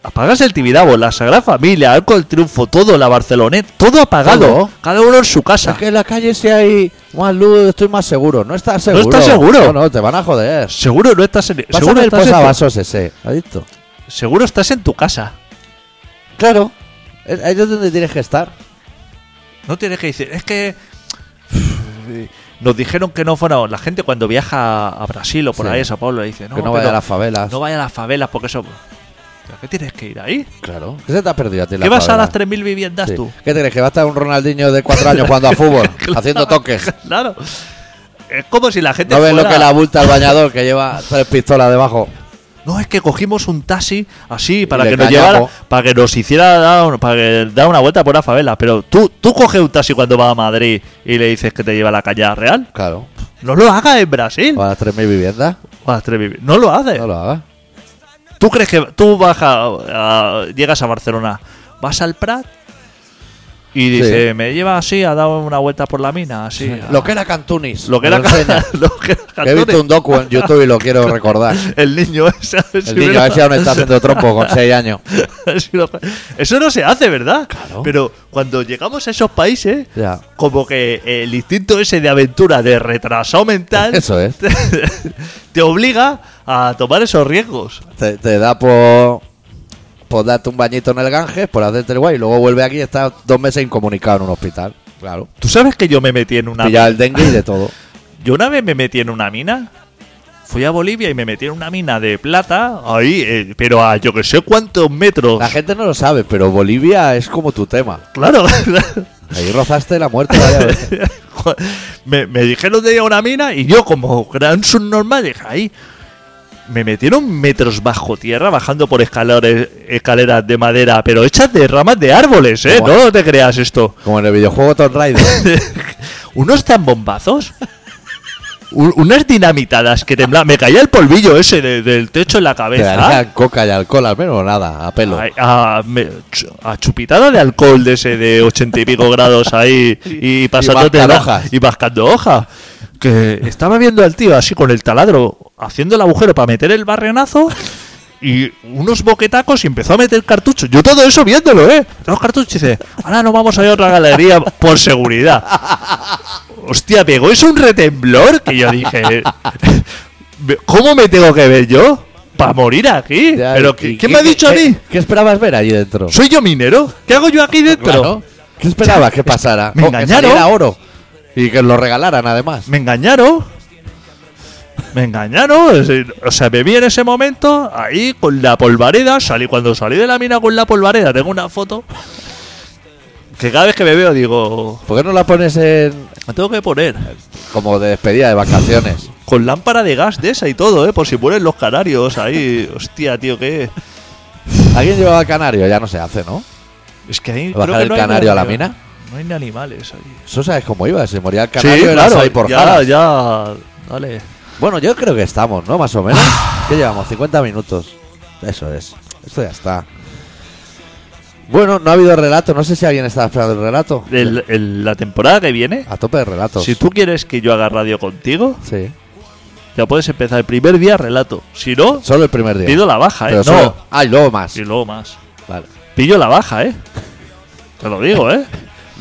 Speaker 2: apagas el Tibidabo, la Sagrada Familia, Arco del Triunfo, todo, la Barcelonet, todo apagado.
Speaker 1: Todo.
Speaker 2: Cada uno en su casa.
Speaker 1: Es que en la calle si hay más luz estoy más seguro. No estás
Speaker 2: No
Speaker 1: seguro.
Speaker 2: estás seguro.
Speaker 1: No, no, te van a joder.
Speaker 2: Seguro no estás en, seguro
Speaker 1: Pásame el
Speaker 2: estás, en tu,
Speaker 1: posavasos ese, adicto.
Speaker 2: seguro estás en tu casa.
Speaker 1: Claro. Es- Ahí es donde tienes que estar.
Speaker 2: No tienes que decir, es que nos dijeron que no fuera la gente cuando viaja a Brasil o por
Speaker 1: Sí.
Speaker 2: ahí a Sao Paulo le dice, no,
Speaker 1: que no vaya
Speaker 2: pero
Speaker 1: a las favelas.
Speaker 2: no vaya a las favelas porque eso ¿Pero ¿Qué tienes que ir ahí?
Speaker 1: Claro. ¿Qué se te ha perdido a ti en
Speaker 2: ¿Qué vas a
Speaker 1: favela?
Speaker 2: las 3.000 viviendas
Speaker 1: Sí.
Speaker 2: tú?
Speaker 1: ¿Qué crees? ¿Que va a estar un Ronaldinho de cuatro años jugando a fútbol? Haciendo toques.
Speaker 2: Claro. Es como si la gente
Speaker 1: ¿No ves lo
Speaker 2: fuera-
Speaker 1: que la bulta al bañador que lleva tres pistolas debajo?
Speaker 2: No, es que cogimos un taxi así para
Speaker 1: le
Speaker 2: que nos
Speaker 1: callamos.
Speaker 2: llevara, para que nos hiciera dar, para que dar una vuelta por la favela. Pero tú, tú coges un taxi cuando vas a Madrid y le dices que te lleva a la calle real.
Speaker 1: Claro.
Speaker 2: No lo hagas en Brasil.
Speaker 1: O a las 3.000 viviendas.
Speaker 2: O a las 3.000. No lo haces.
Speaker 1: No lo hagas.
Speaker 2: ¿Tú crees que tú bajas, a- llegas a Barcelona, vas al Prat, Y dice, me lleva así, ha dado una vuelta por la mina, así. ah.
Speaker 1: Lo que era Cantunis.
Speaker 2: Lo que era,
Speaker 1: Lo enseña.
Speaker 2: lo que era
Speaker 1: Que He visto
Speaker 2: Cantunis.
Speaker 1: un docu en YouTube y lo quiero recordar.
Speaker 2: El niño ese. a ver si
Speaker 1: El niño
Speaker 2: me-
Speaker 1: ese aún está haciendo trompo con 6 años.
Speaker 2: Si lo- Eso no se hace, ¿verdad?
Speaker 1: Claro.
Speaker 2: Pero cuando llegamos a esos países,
Speaker 1: Ya.
Speaker 2: como que el instinto ese de aventura, de retraso mental,
Speaker 1: Eso es.
Speaker 2: te, te obliga a tomar esos riesgos.
Speaker 1: Te, te da por, por darte un bañito en el Ganges, por hacerte el guay, y luego vuelve aquí y estás dos meses incomunicado en un hospital. Claro.
Speaker 2: Tú sabes que yo me metí en una.
Speaker 1: Pillar el dengue y de todo.
Speaker 2: Yo una vez me metí en una mina. Fui a Bolivia y me metí en una mina de plata, ahí, eh, pero a yo que sé cuántos metros.
Speaker 1: La gente no lo sabe, pero Bolivia es como tu tema.
Speaker 2: Claro.
Speaker 1: Ahí rozaste la muerte varias veces.
Speaker 2: me, me dijeron de ir a una mina y yo como gran subnormal dije ahí. Me metieron metros bajo tierra bajando por escalones, escaleras de madera, pero hechas de ramas de árboles, ¿eh?
Speaker 1: Guau.
Speaker 2: No te creas esto.
Speaker 1: Como en el videojuego Tomb Raider.
Speaker 2: Unos zambombazos. u- Unas dinamitadas que temblaban. Me caía el polvillo ese de- del techo en la
Speaker 1: Te
Speaker 2: cabeza.
Speaker 1: darían coca y alcohol, al menos o nada, a pelo.
Speaker 2: Ay, A, me- chu- a chupitada de alcohol de ese de ochenta y pico grados ahí y pasándote
Speaker 1: mascar
Speaker 2: la-
Speaker 1: hojas.
Speaker 2: y mascando hojas. Que estaba viendo al tío así con el taladro haciendo el agujero para meter el barrenazo y unos boquetacos y empezó a meter cartuchos. Yo todo eso viéndolo, ¿eh? Los cartuchos y dice, ahora nos vamos a ir a otra galería por seguridad. Hostia, pegó es un retemblor que yo dije, ¿cómo me tengo que ver yo? Para morir aquí.
Speaker 1: Ya,
Speaker 2: Pero
Speaker 1: y-
Speaker 2: ¿qué-
Speaker 1: y- eh,
Speaker 2: ¿quién me ha
Speaker 1: ¿qué-
Speaker 2: dicho a
Speaker 1: qué-
Speaker 2: mí?
Speaker 1: ¿Qué esperabas ver allí dentro?
Speaker 2: ¿Soy yo minero? ¿Qué hago yo aquí dentro?
Speaker 1: Claro. ¿Qué esperabas que pasara?
Speaker 2: Me
Speaker 1: Oh, que
Speaker 2: engañaron.
Speaker 1: saliera oro. Y que lo regalaran además.
Speaker 2: Me engañaron. Me engañaron. es decir, O sea, me vi en ese momento ahí con la polvareda. Salí cuando salí de la mina con la polvareda. Tengo una foto que cada vez que me veo digo,
Speaker 1: ¿Por qué no la pones en
Speaker 2: me tengo que poner
Speaker 1: como de despedida de vacaciones?
Speaker 2: con lámpara de gas de esa y todo, ¿eh? Por si mueren los canarios ahí. Hostia, tío, que
Speaker 1: ¿Alguien llevaba canario? Ya no se hace, ¿no?
Speaker 2: es que ahí
Speaker 1: ¿Bajar
Speaker 2: creo que
Speaker 1: el
Speaker 2: no hay
Speaker 1: canario
Speaker 2: ni
Speaker 1: a la
Speaker 2: animales.
Speaker 1: mina?
Speaker 2: No hay ni animales ahí.
Speaker 1: Eso sabes cómo iba. Se moría el canario
Speaker 2: sí,
Speaker 1: y
Speaker 2: claro,
Speaker 1: ahí por
Speaker 2: ya,
Speaker 1: jaras.
Speaker 2: ya, dale.
Speaker 1: Bueno, yo creo que estamos, ¿no? Más o menos.
Speaker 2: Ah.
Speaker 1: ¿Qué llevamos? 50 minutos. Eso es. Esto ya está. Bueno, no ha habido relato. No sé si alguien estaba esperando el relato.
Speaker 2: El- el- la temporada que viene,
Speaker 1: A tope de relatos.
Speaker 2: si tú quieres que yo haga radio contigo,
Speaker 1: Sí.
Speaker 2: ya puedes empezar el primer día relato. Si no,
Speaker 1: Solo el primer día.
Speaker 2: pido la baja, ¿eh?
Speaker 1: Pero
Speaker 2: No,
Speaker 1: solo- Ah, y luego más.
Speaker 2: y luego más.
Speaker 1: Vale.
Speaker 2: Pillo la baja, ¿eh? Te lo digo, ¿eh?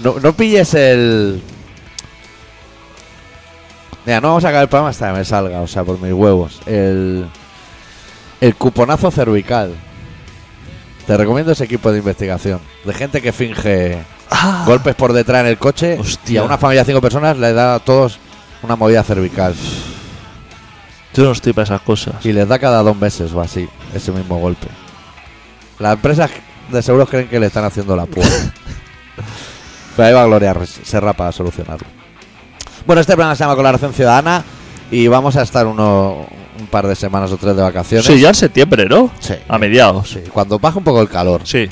Speaker 1: No, no pilles el. Mira, no vamos a acabar el programa hasta que me salga, o sea, por mis huevos. El. El cuponazo cervical. Te recomiendo ese equipo de investigación. De gente que finge
Speaker 2: Ah,
Speaker 1: golpes por detrás en el coche.
Speaker 2: Hostia.
Speaker 1: Y a una familia de cinco personas le da a todos una movida cervical.
Speaker 2: yo no estoy para esas cosas.
Speaker 1: Y les da cada dos meses o así, ese mismo golpe. Las empresas de seguros creen que le están haciendo la púa. Pero ahí va Gloria Res- Serra para solucionarlo. Bueno, este programa se llama Colaboración Ciudadana y vamos a estar uno, un par de semanas o tres de vacaciones.
Speaker 2: Sí, ya en septiembre, ¿no?
Speaker 1: Sí.
Speaker 2: A mediados.
Speaker 1: Sí, cuando baje un poco el calor.
Speaker 2: Sí.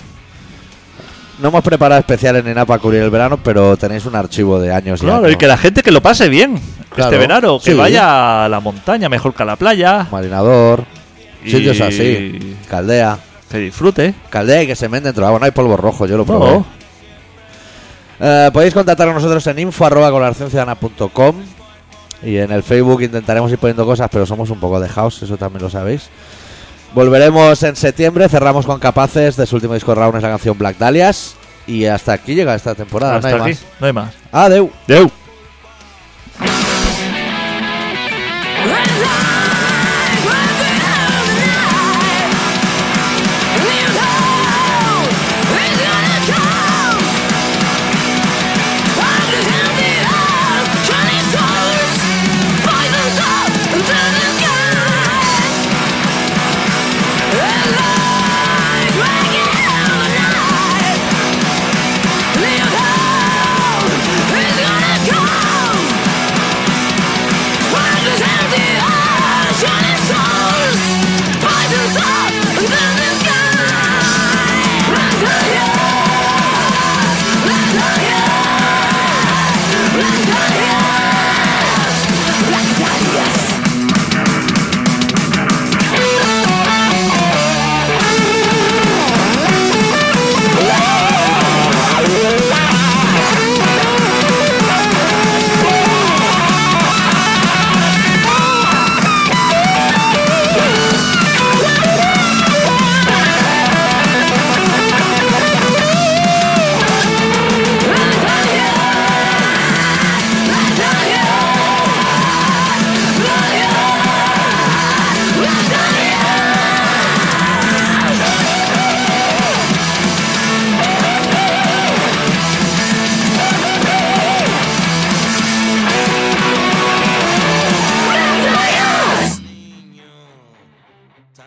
Speaker 1: No hemos preparado especiales ni nada para cubrir el verano, pero tenéis un archivo de años y
Speaker 2: Claro,
Speaker 1: años.
Speaker 2: y que la gente que lo pase bien este
Speaker 1: Claro.
Speaker 2: verano, que
Speaker 1: Sí.
Speaker 2: vaya a la montaña mejor que a la playa,
Speaker 1: Marinador,
Speaker 2: Y-
Speaker 1: sitios así, Caldea.
Speaker 2: que disfrute.
Speaker 1: Caldea y que se menden dentro. Ah, bueno, hay polvo rojo, yo lo
Speaker 2: No.
Speaker 1: probé. Eh, podéis contactar a nosotros en info.colaboracionciudadana.com y en el Facebook intentaremos ir poniendo cosas, pero somos un poco dejados, eso también lo sabéis. Volveremos en septiembre, cerramos con Capaces, de su último disco Round es la canción Black Dahlias y hasta aquí llega esta temporada,
Speaker 2: Hasta
Speaker 1: Ah, no hay
Speaker 2: aquí,
Speaker 1: más.
Speaker 2: no hay más.
Speaker 1: Adeu.
Speaker 2: Deu.